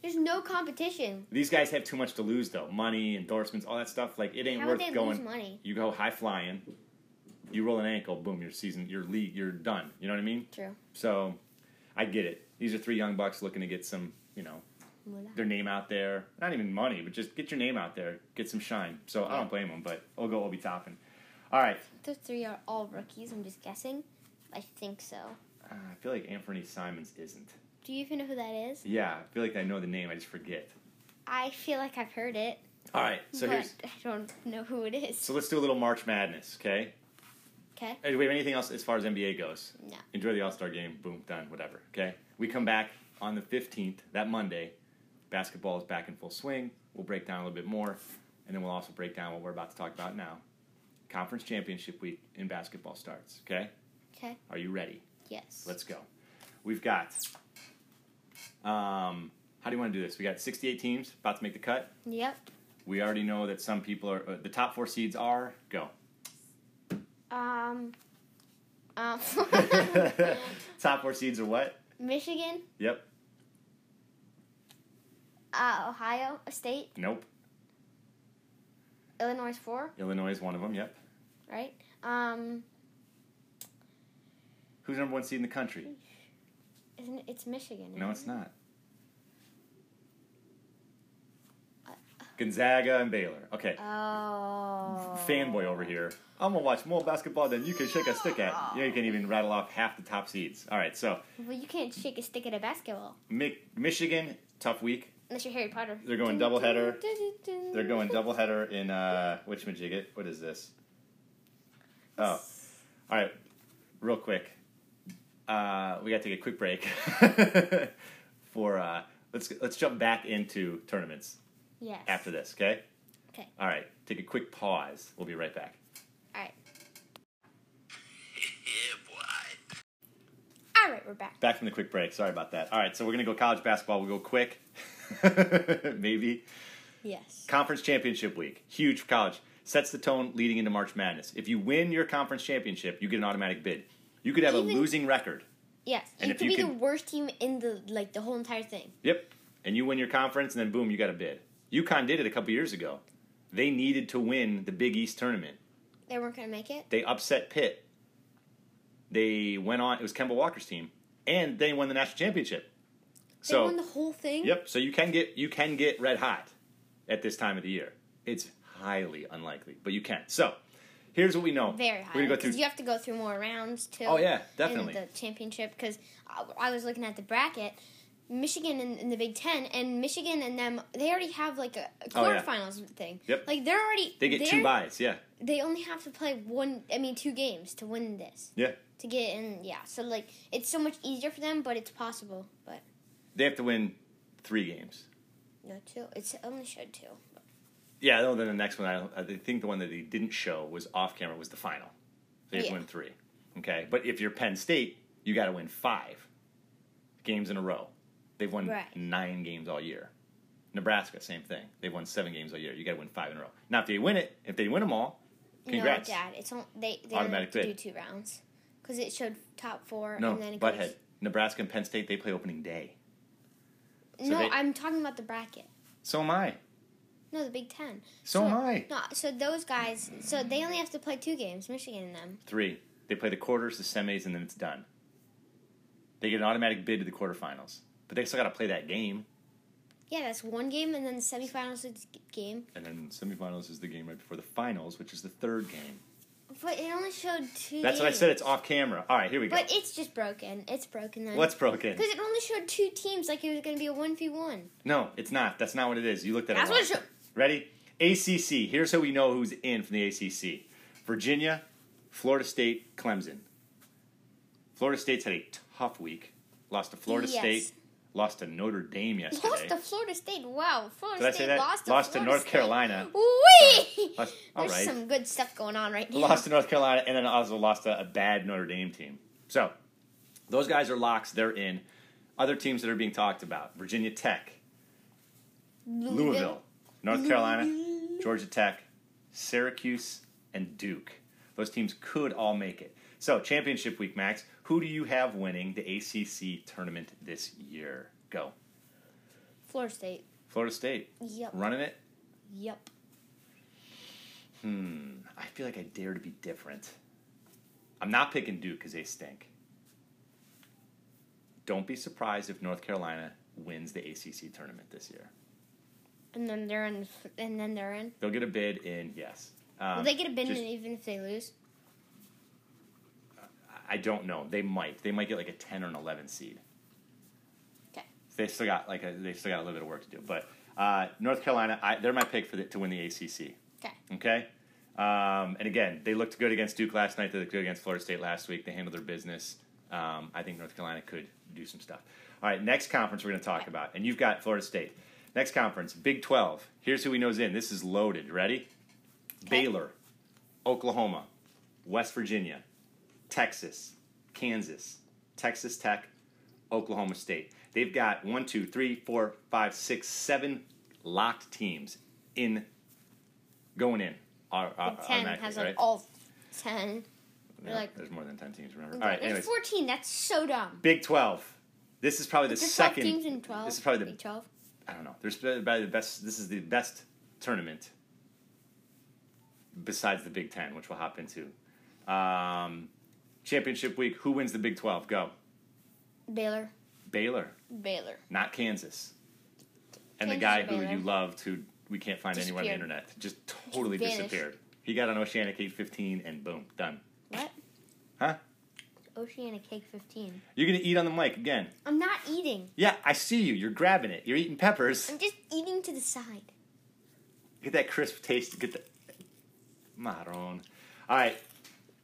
B: There's no competition.
C: these guys have too much to lose though. Money, endorsements, all that stuff. Like it ain't
B: How
C: worth
B: would they
C: going.
B: lose money?
C: You go high flying, you roll an ankle, boom, your season, your league, you're done. You know what I mean?
B: True.
C: So, I get it. These are three young bucks looking to get some, you know,
B: Moolah.
C: their name out there. Not even money, but just get your name out there, get some shine. So I don't blame them, but I'll go Obi Toppin. All right,
B: Those three are all rookies. I'm just guessing. I think so.
C: uh, I feel like Anthony Simons isn't.
B: Do you even know who that is?
C: Yeah, I feel like I know the name, I just forget.
B: I feel like I've heard it,
C: All right, so
B: but
C: here's
B: I don't know who it is.
C: so let's do a little March Madness, okay?
B: Okay.
C: Hey, Do we have anything else as far as NBA goes?
B: No.
C: Enjoy the All Star game. Boom, done, whatever. Okay. We come back on the 15th, that Monday. Basketball is back in full swing. We'll break down a little bit more, and then we'll also break down what we're about to talk about now. Conference championship week in basketball starts. Okay.
B: Okay.
C: Are you ready?
B: Yes.
C: Let's go. We've got. Um, how do you want to do this? We got 68 teams about to make the cut.
B: Yep.
C: We already know that some people are uh, the top four seeds are go.
B: Um. Um.
C: top four seeds are what?
B: Michigan,
C: Yep.
B: uh, Ohio State,
C: Nope.
B: Illinois is four,
C: Illinois is one of them. Yep.
B: right? Um,
C: Who's number one seed in the country?
B: isn't it, it's Michigan?
C: No,
B: isn't
C: it's
B: it?
C: not. Gonzaga and Baylor. Okay.
B: Oh.
C: Fanboy over here. I'm gonna watch more basketball than you can shake a stick at. Yeah, you can even rattle off half the top seeds. All right, so
B: Well, you can't shake a stick at a basketball
C: Mi- Michigan, tough week.
B: unless you're Harry Potter.
C: They're going doubleheader. They're going doubleheader in uh, which majigit? What is this? Oh, all right. Real quick, uh, we got to take a quick break for uh, let's let's jump back into tournaments.
B: Yes.
C: after this, okay?
B: Okay.
C: All right, take a quick pause. We'll be right back.
B: All right.
D: Yeah, boy.
B: All right, we're back.
C: Back from the quick break. Sorry about that. All right, so we're going to go college basketball. We'll go quick, maybe.
B: Yes.
C: Conference championship week. Huge for college. Sets the tone leading into March Madness. If you win your conference championship, you get an automatic bid. You could have a
B: Even-
C: losing record.
B: Yes.
C: And
B: you
C: if
B: could
C: you
B: be the
C: can-
B: worst team in the like the whole entire thing.
C: Yep. And you win your conference, and then boom, you got a bid. UConn did it a couple years ago. They needed to win the Big East tournament.
B: They weren't gonna make it.
C: They upset Pitt. They went on. It was Kemba Walker's team, and they won the national championship.
B: they
C: So
B: won the whole thing.
C: yep. So you can get you can get red hot at this time of the year. It's highly unlikely, but you can. So here's what we know.
B: Very high.
C: We're gonna go through.
B: Because you have to go through more rounds too.
C: Oh, yeah, definitely.
B: In the championship, because I, I was looking at the bracket, Michigan in, in the Big Ten, and Michigan and them, they already have like a, a
C: Oh, yeah.
B: quarterfinals thing.
C: Yep.
B: Like they're already.
C: they get two
B: they're-
C: buys. Yeah,
B: They only have to play one. I mean, two games to win this.
C: yeah.
B: To get in, yeah. So like, it's so much easier for them, but it's possible. But
C: They have to win three games.
B: no, two. It's only showed two.
C: Yeah. No, then the next one. I, don't- I think the one that they didn't show was off camera was the final. So you have
B: Yeah.
C: to win three. Okay. But if you're Penn State, you got to win five games in a row. They've won
B: Right.
C: nine games all year. Nebraska, same thing. They've won seven games all year. You got to win five in a row. Now, if they win it, if they win them all, congrats.
B: No, Dad. It's on, they they
C: Automatic
B: only have to do
C: bid.
B: two rounds because it showed top four
C: No,
B: and then it
C: butthead.
B: goes-
C: Nebraska and Penn State, they play opening day. So
B: no,
C: they-
B: I'm talking about the bracket.
C: So am I.
B: No, the Big Ten.
C: So am I.
B: No, so those guys, so they only have to play two games, Michigan and them.
C: Three. They play the quarters, the semis, and then it's done. They get an automatic bid to the quarterfinals, but they still got to play that game,
B: Yeah, that's one game, and then the semifinals is g- game.
C: and then semifinals is the game right before the finals, which is the third game.
B: But it only showed two.
C: That's what I said.
B: games.
C: It's off camera. All right, here we go.
B: But it's just broken. It's broken then.
C: What's broken?
B: Because it only showed two teams, like it was going to be a one v one.
C: No, it's not. That's not what it is. You looked at
B: That's
C: it. wrong.
B: what it showed.
C: Ready? ACC. Here's how we know who's in from the ACC: Virginia, Florida State, Clemson. Florida State's had a tough week. Lost to Florida
B: Yes.
C: State. Lost to Notre Dame yesterday.
B: Lost to Florida State. Wow, Florida
C: Did I say
B: State
C: that?
B: lost to
C: Lost to
B: Florida
C: North
B: State.
C: Carolina.
B: Wee!
C: Lost- all
B: There's
C: right.
B: some good stuff going on right now.
C: lost to North Carolina, and then also lost to a bad Notre Dame team. So those guys are locks. They're in. Other teams that are being talked about: Virginia Tech, Louisville, North Carolina, Georgia Tech, Syracuse, and Duke. Those teams could all make it. So championship week, Max. Who do you have winning the ACC tournament this year? Go.
B: Florida State.
C: Florida State
B: Yep.
C: running it.
B: Yep.
C: Hmm, I feel like I dare to be different. I'm not picking Duke because they stink. Don't be surprised if North Carolina wins the ACC tournament this year.
B: And then they're in. And then they're in.
C: They'll get a bid in, yes. Um,
B: Will they get a bid
C: just-
B: in even if they lose?
C: I don't know. They might. They might get like a ten or an eleven seed.
B: Okay.
C: They still got like a, they still got a little bit of work to do. But uh, North Carolina, I, they're my pick for the, to win the ACC.
B: Okay.
C: Okay. Um, and again, they looked good against Duke last night. They looked good against Florida State last week. They handled their business. Um, I think North Carolina could do some stuff. All right, next conference we're going to talk about, and you've got Florida State. Next conference, Big Twelve. Here's who we know's in. This is loaded. Ready? Baylor, Oklahoma, West Virginia, Texas, Kansas, Texas Tech, Oklahoma State. They've got one, two, three, four, five, six, seven locked teams in going in. Are, are,
B: The ten
C: automatically,
B: has like
C: Uh, right?
B: all ten.
C: Yeah,
B: like-
C: there's more than ten teams. Remember? All
B: There's
C: right. Anyways,
B: fourteen. That's so dumb.
C: Big Twelve. This is probably the
B: There's twelve
C: second.
B: teams in twelve.
C: This is probably the
B: Big twelve.
C: I don't know. There's probably the best. This is the best tournament besides the Big Ten, which we'll hop into. Um, championship week. Who wins the Big Twelve? Go
B: Baylor.
C: Baylor,
B: Baylor.
C: not Kansas. And the
B: Kansas
C: guy
B: or
C: who
B: Baylor?
C: you loved, who we can't find anywhere on the
B: Disappeared.
C: internet, just totally
B: Vanished.
C: disappeared. He got on Oceanic eight fifteen, and boom, done.
B: What?
C: Huh?
B: Oceanic Cake fifteen.
C: You're gonna eat on the mic again.
B: I'm not eating.
C: Yeah, I see you. You're grabbing it. You're eating peppers.
B: I'm just eating to the side.
C: Get that crisp taste. Get the marron. All right,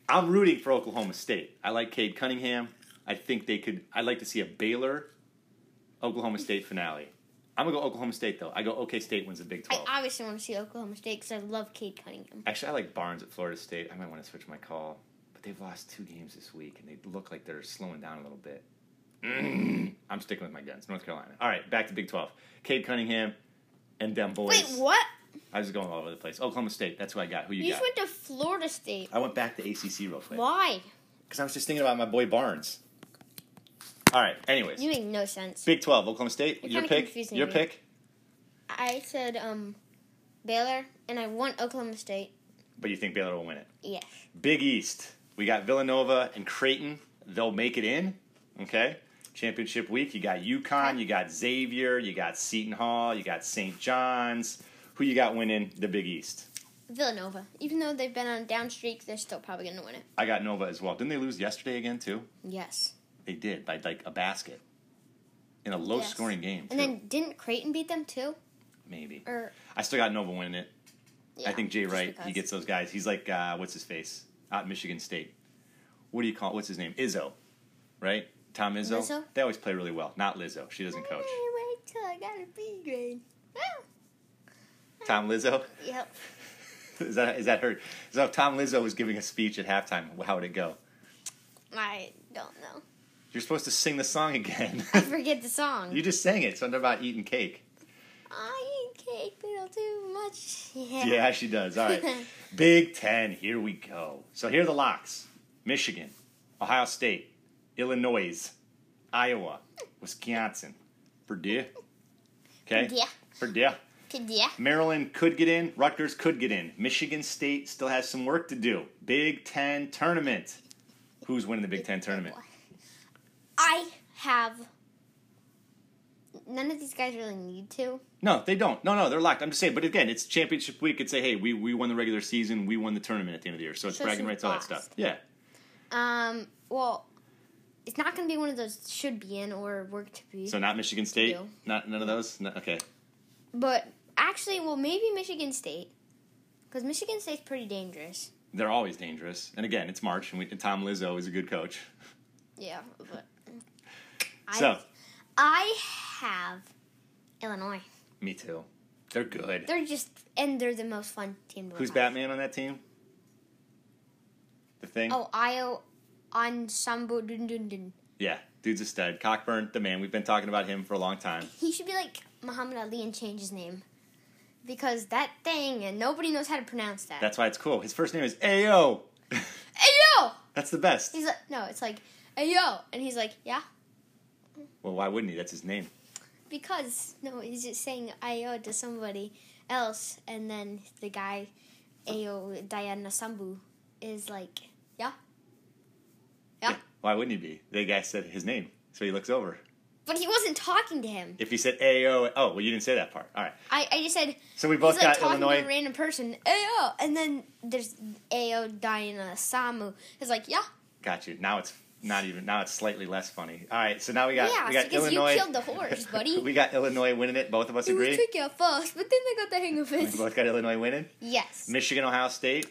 C: I'm rooting for Oklahoma State. I like Cade Cunningham. I think they could. I'd like to see a Baylor, Oklahoma State finale. I'm gonna go Oklahoma State though. I go OK State wins the Big Twelve.
B: I obviously want to see Oklahoma State because I love Cade Cunningham.
C: Actually, I like Barnes at Florida State. I might want to switch my call, but they've lost two games this week and they look like they're slowing down a little bit. Mm. I'm sticking with my guns. North Carolina. All right, back to Big Twelve. Cade Cunningham and them boys.
B: Wait, what?
C: I was going all over the place. Oklahoma State. That's who I got. Who you,
B: You,
C: got? Oh,
B: just went to Florida State.
C: I went back to ACC real quick
B: Why?
C: because I was just thinking about my boy Barnes. All right. Anyways,
B: You make no sense.
C: Big Twelve, Oklahoma State.
B: You're
C: your
B: kinda
C: pick.
B: confusing
C: Your
B: me.
C: pick.
B: I said um, Baylor, and I want Oklahoma State.
C: But you think Baylor will win it?
B: Yes.
C: Big East. We got Villanova and Creighton. They'll make it in. Okay. Championship week. You got UConn. You got Xavier. You got Seton Hall. You got St. John's. Who you got winning the Big East?
B: Villanova. Even though they've been on a down streak, they're still probably going to win it.
C: I got Nova as well. Didn't they lose yesterday again too?
B: Yes.
C: They did by like a basket in a low-scoring game. Too.
B: And then didn't Creighton beat them too?
C: maybe.
B: Or
C: I still got Nova winning it.
B: yeah,
C: I think Jay
B: just
C: Wright, he
B: because.
C: gets those guys. He's like, uh, what's his face? Out in Michigan State. What do you call What's his name? Izzo, right? Tom Izzo.
B: Lizzo?
C: They always play really well. Not Lizzo. She doesn't coach.
B: Hey, wait till I got a B grade. Ah,
C: Tom Lizzo?
B: yep.
C: Is that, is that her? So if Tom Lizzo was giving a speech at halftime, how would it go?
B: I don't know.
C: You're supposed to sing the song again.
B: I forget the song.
C: you just sang it. Something about eating cake.
B: I eat cake, but I'll do much. Yeah.
C: Yeah, she does. All right. Big Ten, here we go. So here are the locks Michigan, Ohio State, Illinois, Iowa, Wisconsin, Purdue. Okay?
B: Yeah.
C: Purdue.
B: Yeah.
C: Maryland could get in, Rutgers could get in. Michigan State still has some work to do. Big Ten tournament. Who's winning the Big Ten tournament?
B: I have. None of these guys really need to.
C: No, they don't. No, no, they're locked. I'm just saying. But again, it's championship week. It's say, hey, we, we won the regular season, we won the tournament at the end of the year. So it's
B: So
C: bragging
B: she's
C: rights, all that
B: lost.
C: stuff. Yeah.
B: Um. Well, it's not going to be one of those should be in or work to be.
C: So not Michigan State,
B: No.
C: not none of those. No, okay,
B: but actually, well, maybe Michigan State, because Michigan State's pretty dangerous.
C: they're always dangerous. And again, it's March, and, we, and Tom Lizzo is a good coach.
B: Yeah, but. I,
C: so
B: I have Illinois.
C: me too. They're good.
B: They're just and they're the most fun team. To
C: Who's
B: watch.
C: Batman on that team? The thing.
B: Oh, Io on Sambo Dun Dun Dun.
C: Yeah, dude's a stud. Cockburn, the man. We've been talking about him for a long time.
B: He should be like Muhammad Ali and change his name. Because that thing, and nobody knows how to pronounce that.
C: That's why it's cool. His first name is Ayo.
B: Ayo!
C: That's the best.
B: He's like, no, it's like, Ayo! And he's like, yeah?
C: Well, why wouldn't he? That's his name.
B: Because, no, he's just saying Ayo to somebody else, and then the guy, Ayo Diana Sambu, is like, yeah? Yeah?
C: Why wouldn't he be? The guy said his name, so he looks over.
B: But he wasn't talking to him.
C: If he said AO, oh, well, you didn't say that part. All right.
B: I, I just said
C: So we both
B: he's like
C: got
B: talking to
C: Illinois.
B: a random person. Ayo, and then there's Ayo Diana Samu. It's like yeah,
C: Got you. Now it's not even. Now it's slightly less funny. All right. So now we got
B: yeah,
C: we
B: it's
C: got
B: because
C: Illinois.
B: you killed the horse, buddy.
C: we got Illinois winning it. Both of us
B: it was
C: agree.
B: tricky at first, but then they got the hang of
C: We
B: it.
C: both got Illinois winning.
B: Yes.
C: Michigan, Ohio State,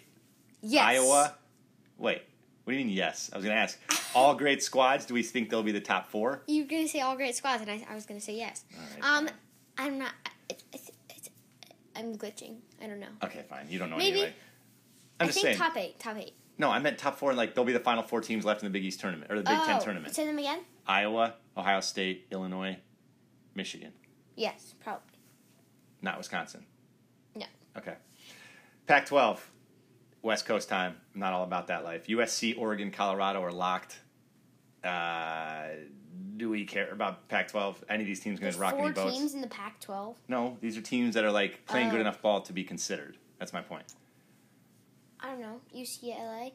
B: yes.
C: Iowa. Wait. What do you mean? Yes. I was going to ask. All great squads. Do we think they'll be the top four?
B: You were gonna say all great squads, and I, I was gonna say yes.
C: Alright,
B: um,
C: fine.
B: I'm not. It's, it's, it's, I'm glitching. I don't know.
C: Okay, fine. You don't know
B: Maybe-
C: anyway. I'm
B: I
C: just
B: think
C: saying.
B: top eight. Top eight.
C: no, I meant top four, and like they'll be the final four teams left in the Big East tournament or the Big Ten
B: Oh,
C: tournament.
B: Say them again.
C: Iowa, Ohio State, Illinois, Michigan,
B: Yes, probably.
C: not Wisconsin.
B: No.
C: Okay. Pac 12, West Coast time. I'm not all about that life. USC, Oregon, Colorado are locked. Uh, do we care about Pac 12? Any of these teams going
B: There's
C: to rock
B: four
C: any boats?
B: teams in the Pac-12.
C: No, these are teams that are like playing good
B: Oh.
C: enough ball to be considered. That's my point.
B: I don't know. UCLA.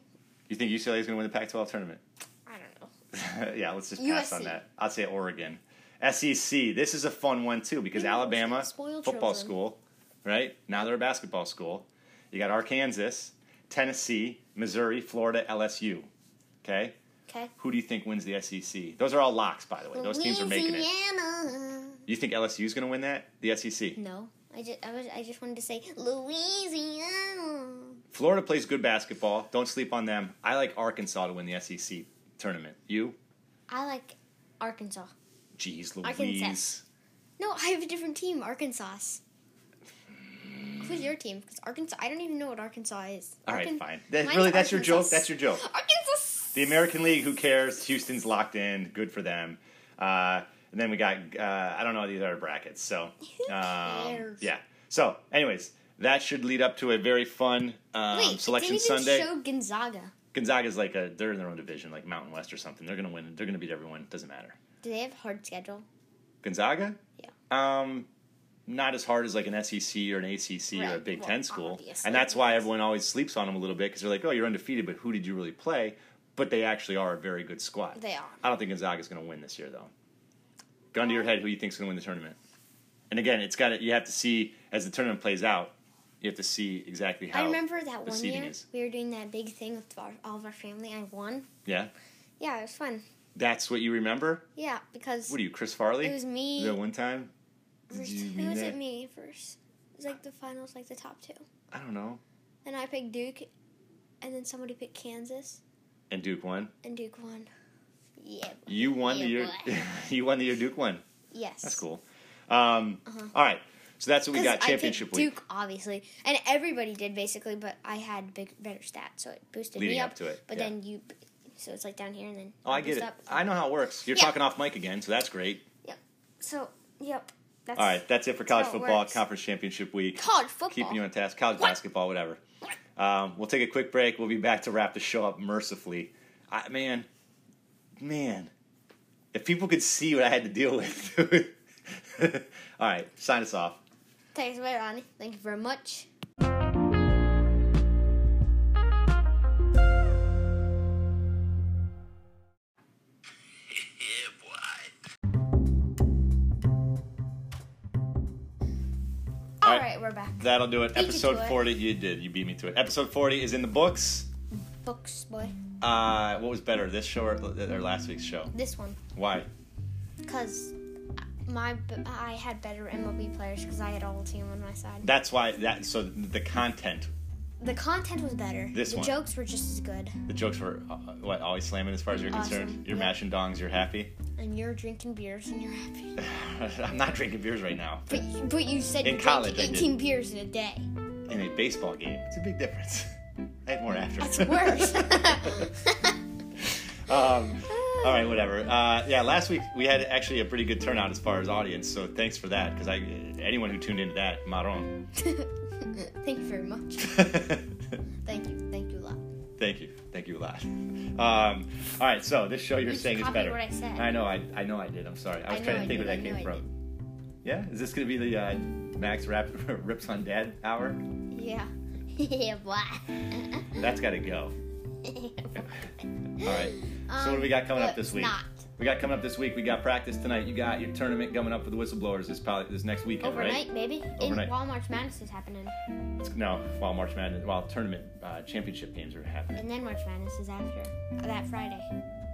C: You think UCLA is going to win the Pac 12 tournament?
B: I don't know.
C: yeah, let's just pass on
B: USC.
C: that. I'd say Oregon. SEC. This is a fun one too because
B: You know, it's
C: Alabama
B: gonna spoil
C: football
B: children.
C: school, right? Now they're a basketball school. You got Arkansas, Tennessee, Missouri, Florida, LSU. Okay,
B: Okay.
C: who do you think wins the SEC? Those are all locks, by the way. Those teams are making it.
B: Louisiana.
C: You think LSU is going to win that? The E SEC.
B: No, I just I was I just wanted to say Louisiana.
C: Florida plays good basketball. Don't sleep on them. I like Arkansas to win the SEC tournament. You?
B: I like Arkansas.
C: Jeez,
B: Arkansas.
C: Louise.
B: No, I have a different team, Arkansas. Who's your team? Because Arkansas, I don't even know what Arkansas is.
C: All right,
B: Arkan-
C: fine. That,
B: Mine's
C: really, that's your joke.
B: Arkansas.
C: That's your joke.
B: Arkansas.
C: The American League, who cares? Houston's locked in. Good for them. Uh, and then we got, uh, I don't know these other brackets. So,
B: Who
C: um,
B: cares?
C: yeah. So, anyways, that should lead up to a very fun um,
B: Wait,
C: selection
B: it didn't even
C: Sunday.
B: show Gonzaga.
C: Gonzaga's like a, they're in their own division, like Mountain West or something. They're going to win. They're going to beat everyone. Doesn't matter.
B: Do they have a hard schedule?
C: Gonzaga?
B: Yeah.
C: Um, not as hard as like an SEC or an ACC or a
B: Right,
C: Big
B: well,
C: Ten school.
B: obviously.
C: And that's why everyone always sleeps on them a little bit because they're like, oh, you're undefeated, but who did you really play? But they actually are a very good squad.
B: They are.
C: I don't think Gonzaga's going to win this year, though. Gun to your head, who you think's going to win the tournament? And again, it's got to, you have to see as the tournament plays out. You have to see exactly how.
B: I remember that one
C: the seeding
B: year
C: is.
B: we were doing that big thing with our, all of our family. I won.
C: Yeah,
B: Yeah, it was fun.
C: that's what you remember.
B: Yeah, because
C: What are you, Chris Farley?
B: it was me.
C: that one time. Did
B: First,
C: you
B: who
C: mean
B: was
C: that?
B: it me first? It was like the finals, like the top two.
C: I don't know.
B: And I picked Duke, and then somebody picked Kansas,
C: And Duke won.
B: and Duke won. Yeah.
C: You won
B: Yeah,
C: the year.
B: boy.
C: you won the year Duke won.
B: Yes.
C: That's cool. Um, all right. So that's what we
B: 'Cause
C: got.
B: Uh-huh. I
C: Championship
B: picked
C: week.
B: Duke, obviously, and everybody did basically, but I had big, better stats, so it boosted
C: Leading
B: me
C: up
B: up,
C: to it,
B: But
C: yeah.
B: then you, so it's like down here, and then
C: Oh, I
B: you
C: get
B: boost
C: it.
B: Up.
C: I know how it works. You're
B: Yeah.
C: talking off mic again, so that's great.
B: So yep. That's
C: All right. That's it for college
B: how it
C: football,
B: works.
C: conference championship week.
B: College football.
C: Keeping you on task. College
B: What?
C: basketball, whatever. Um, we'll take a quick break. We'll be back to wrap the show up mercifully. I, man, man, if people could see what I had to deal with. dude. all right. Sign us off.
B: Thanks, very much, Ronnie. Thank you very much. All
C: All right.
B: right, we're back.
C: That'll do it.
B: Beat you
C: Episode
B: to it.
C: 40. You did. You beat me to it. Episode 40 is in the books.
B: Books, boy.
C: Uh, what was better, this show or, or last week's show?
B: This one,
C: Why?
B: cause my I had better MLB players because I had all team on my side.
C: That's why that. So the content,
B: The content was better.
C: This
B: the
C: one.
B: jokes were just as good.
C: the jokes were uh, what always slamming as far as you're
B: Awesome.
C: concerned. You're
B: Yeah.
C: mashing dongs. You're happy.
B: And you're drinking beers and you're happy.
C: I'm not drinking beers right now.
B: But you, but you said
C: In
B: you
C: college, I
B: drank
C: did.
B: 18 beers in a day.
C: In a baseball game, it's a big difference. I had more after.
B: That's worse.
C: um, all right, whatever. Uh, yeah, last week we had actually a pretty good turnout as far as audience, so thanks for that. Because I, anyone who tuned into that, maron.
B: Thank you very much. Thank you. Thank you a lot.
C: Thank you. Thank you a lot. Um, all right, so this show you're
B: just
C: saying is
B: copied
C: better.
B: what I said.
C: know. I, I know I did. I'm sorry. I was
B: know
C: trying to
B: I
C: think
B: did,
C: where
B: I
C: that came
B: know I
C: from. Yeah, is this gonna be the uh, Max rap, rips on dad hour?
B: Yeah. yeah, boy.
C: That's gotta go. All right. so what do we got coming up
B: But
C: this
B: it's
C: week?
B: Not.
C: We got coming up this week. We got practice tonight. You got your tournament coming up for the whistleblowers this probably this next weekend,
B: Overnight,
C: right?
B: baby.
C: Overnight.
B: In Walmart Madness is happening.
C: It's, no, while March Madness, while tournament uh, championship games are happening.
B: And then March Madness is after. That Friday,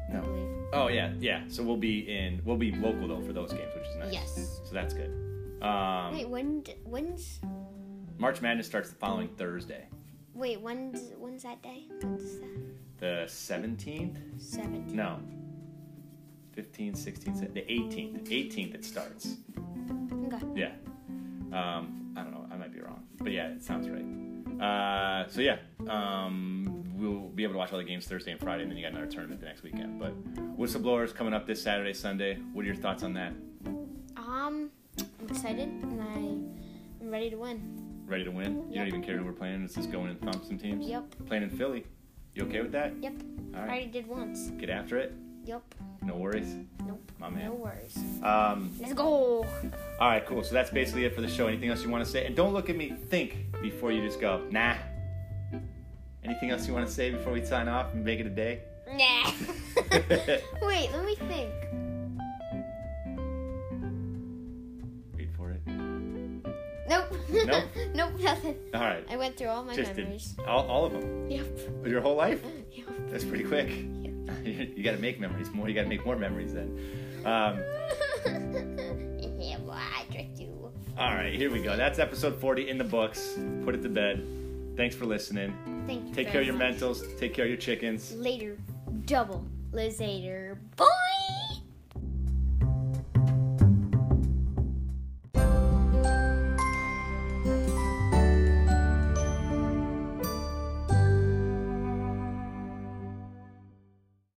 B: I
C: No.
B: believe.
C: Oh yeah, yeah. So we'll be in we'll be local though for those games, which is nice.
B: Yes.
C: So that's good. Um,
B: Wait, when d- when's
C: March Madness starts the following Thursday,
B: wait, when's when's that day? When's that?
C: the 17th.
B: Seventeenth.
C: No. 15, 16, se- the 18th. 18th it starts.
B: Okay.
C: Yeah. Um, I don't know. I might be wrong. But yeah, it sounds right. Uh, so yeah, um, we'll be able to watch all the games Thursday and Friday, and then you got another tournament the next weekend. But Whistleblowers coming up this Saturday, Sunday. What are your thoughts on that?
B: Um, I'm excited and I I'm ready to win.
C: Ready to win? You don't
B: Yep.
C: even care who we're playing. It's just going and thump some teams.
B: Yep.
C: Playing in Philly. You okay with that?
B: Yep.
C: All
B: I
C: right.
B: already did once.
C: Get after it.
B: Yep.
C: No worries.
B: Nope.
C: My man.
B: No worries.
C: Um,
B: Let's go.
C: All right, cool. So that's basically it for the show. Anything else you want to say? And don't look at me. Think before you just go, nah. Anything else you want to say before we sign off and make it a day?
B: Nah. Wait, let me think.
C: Read for it.
B: Nope.
C: Nope?
B: nope, nothing.
C: All right.
B: I went through all my
C: Just did
B: memories. Uh-huh.
C: all, all of them.
B: Yep.
C: Your whole life?
B: Yep.
C: That's pretty quick. you got to make memories more. You got to make more memories then. Um,
B: yeah, well, I tricked you.
C: all right, here we go. That's episode 40 in the books. Put it to bed. Thanks for listening.
B: Thank you.
C: Take
B: very
C: care of your
B: much.
C: mentals. Take care of your chickens.
B: Later. Double. Later. Bye.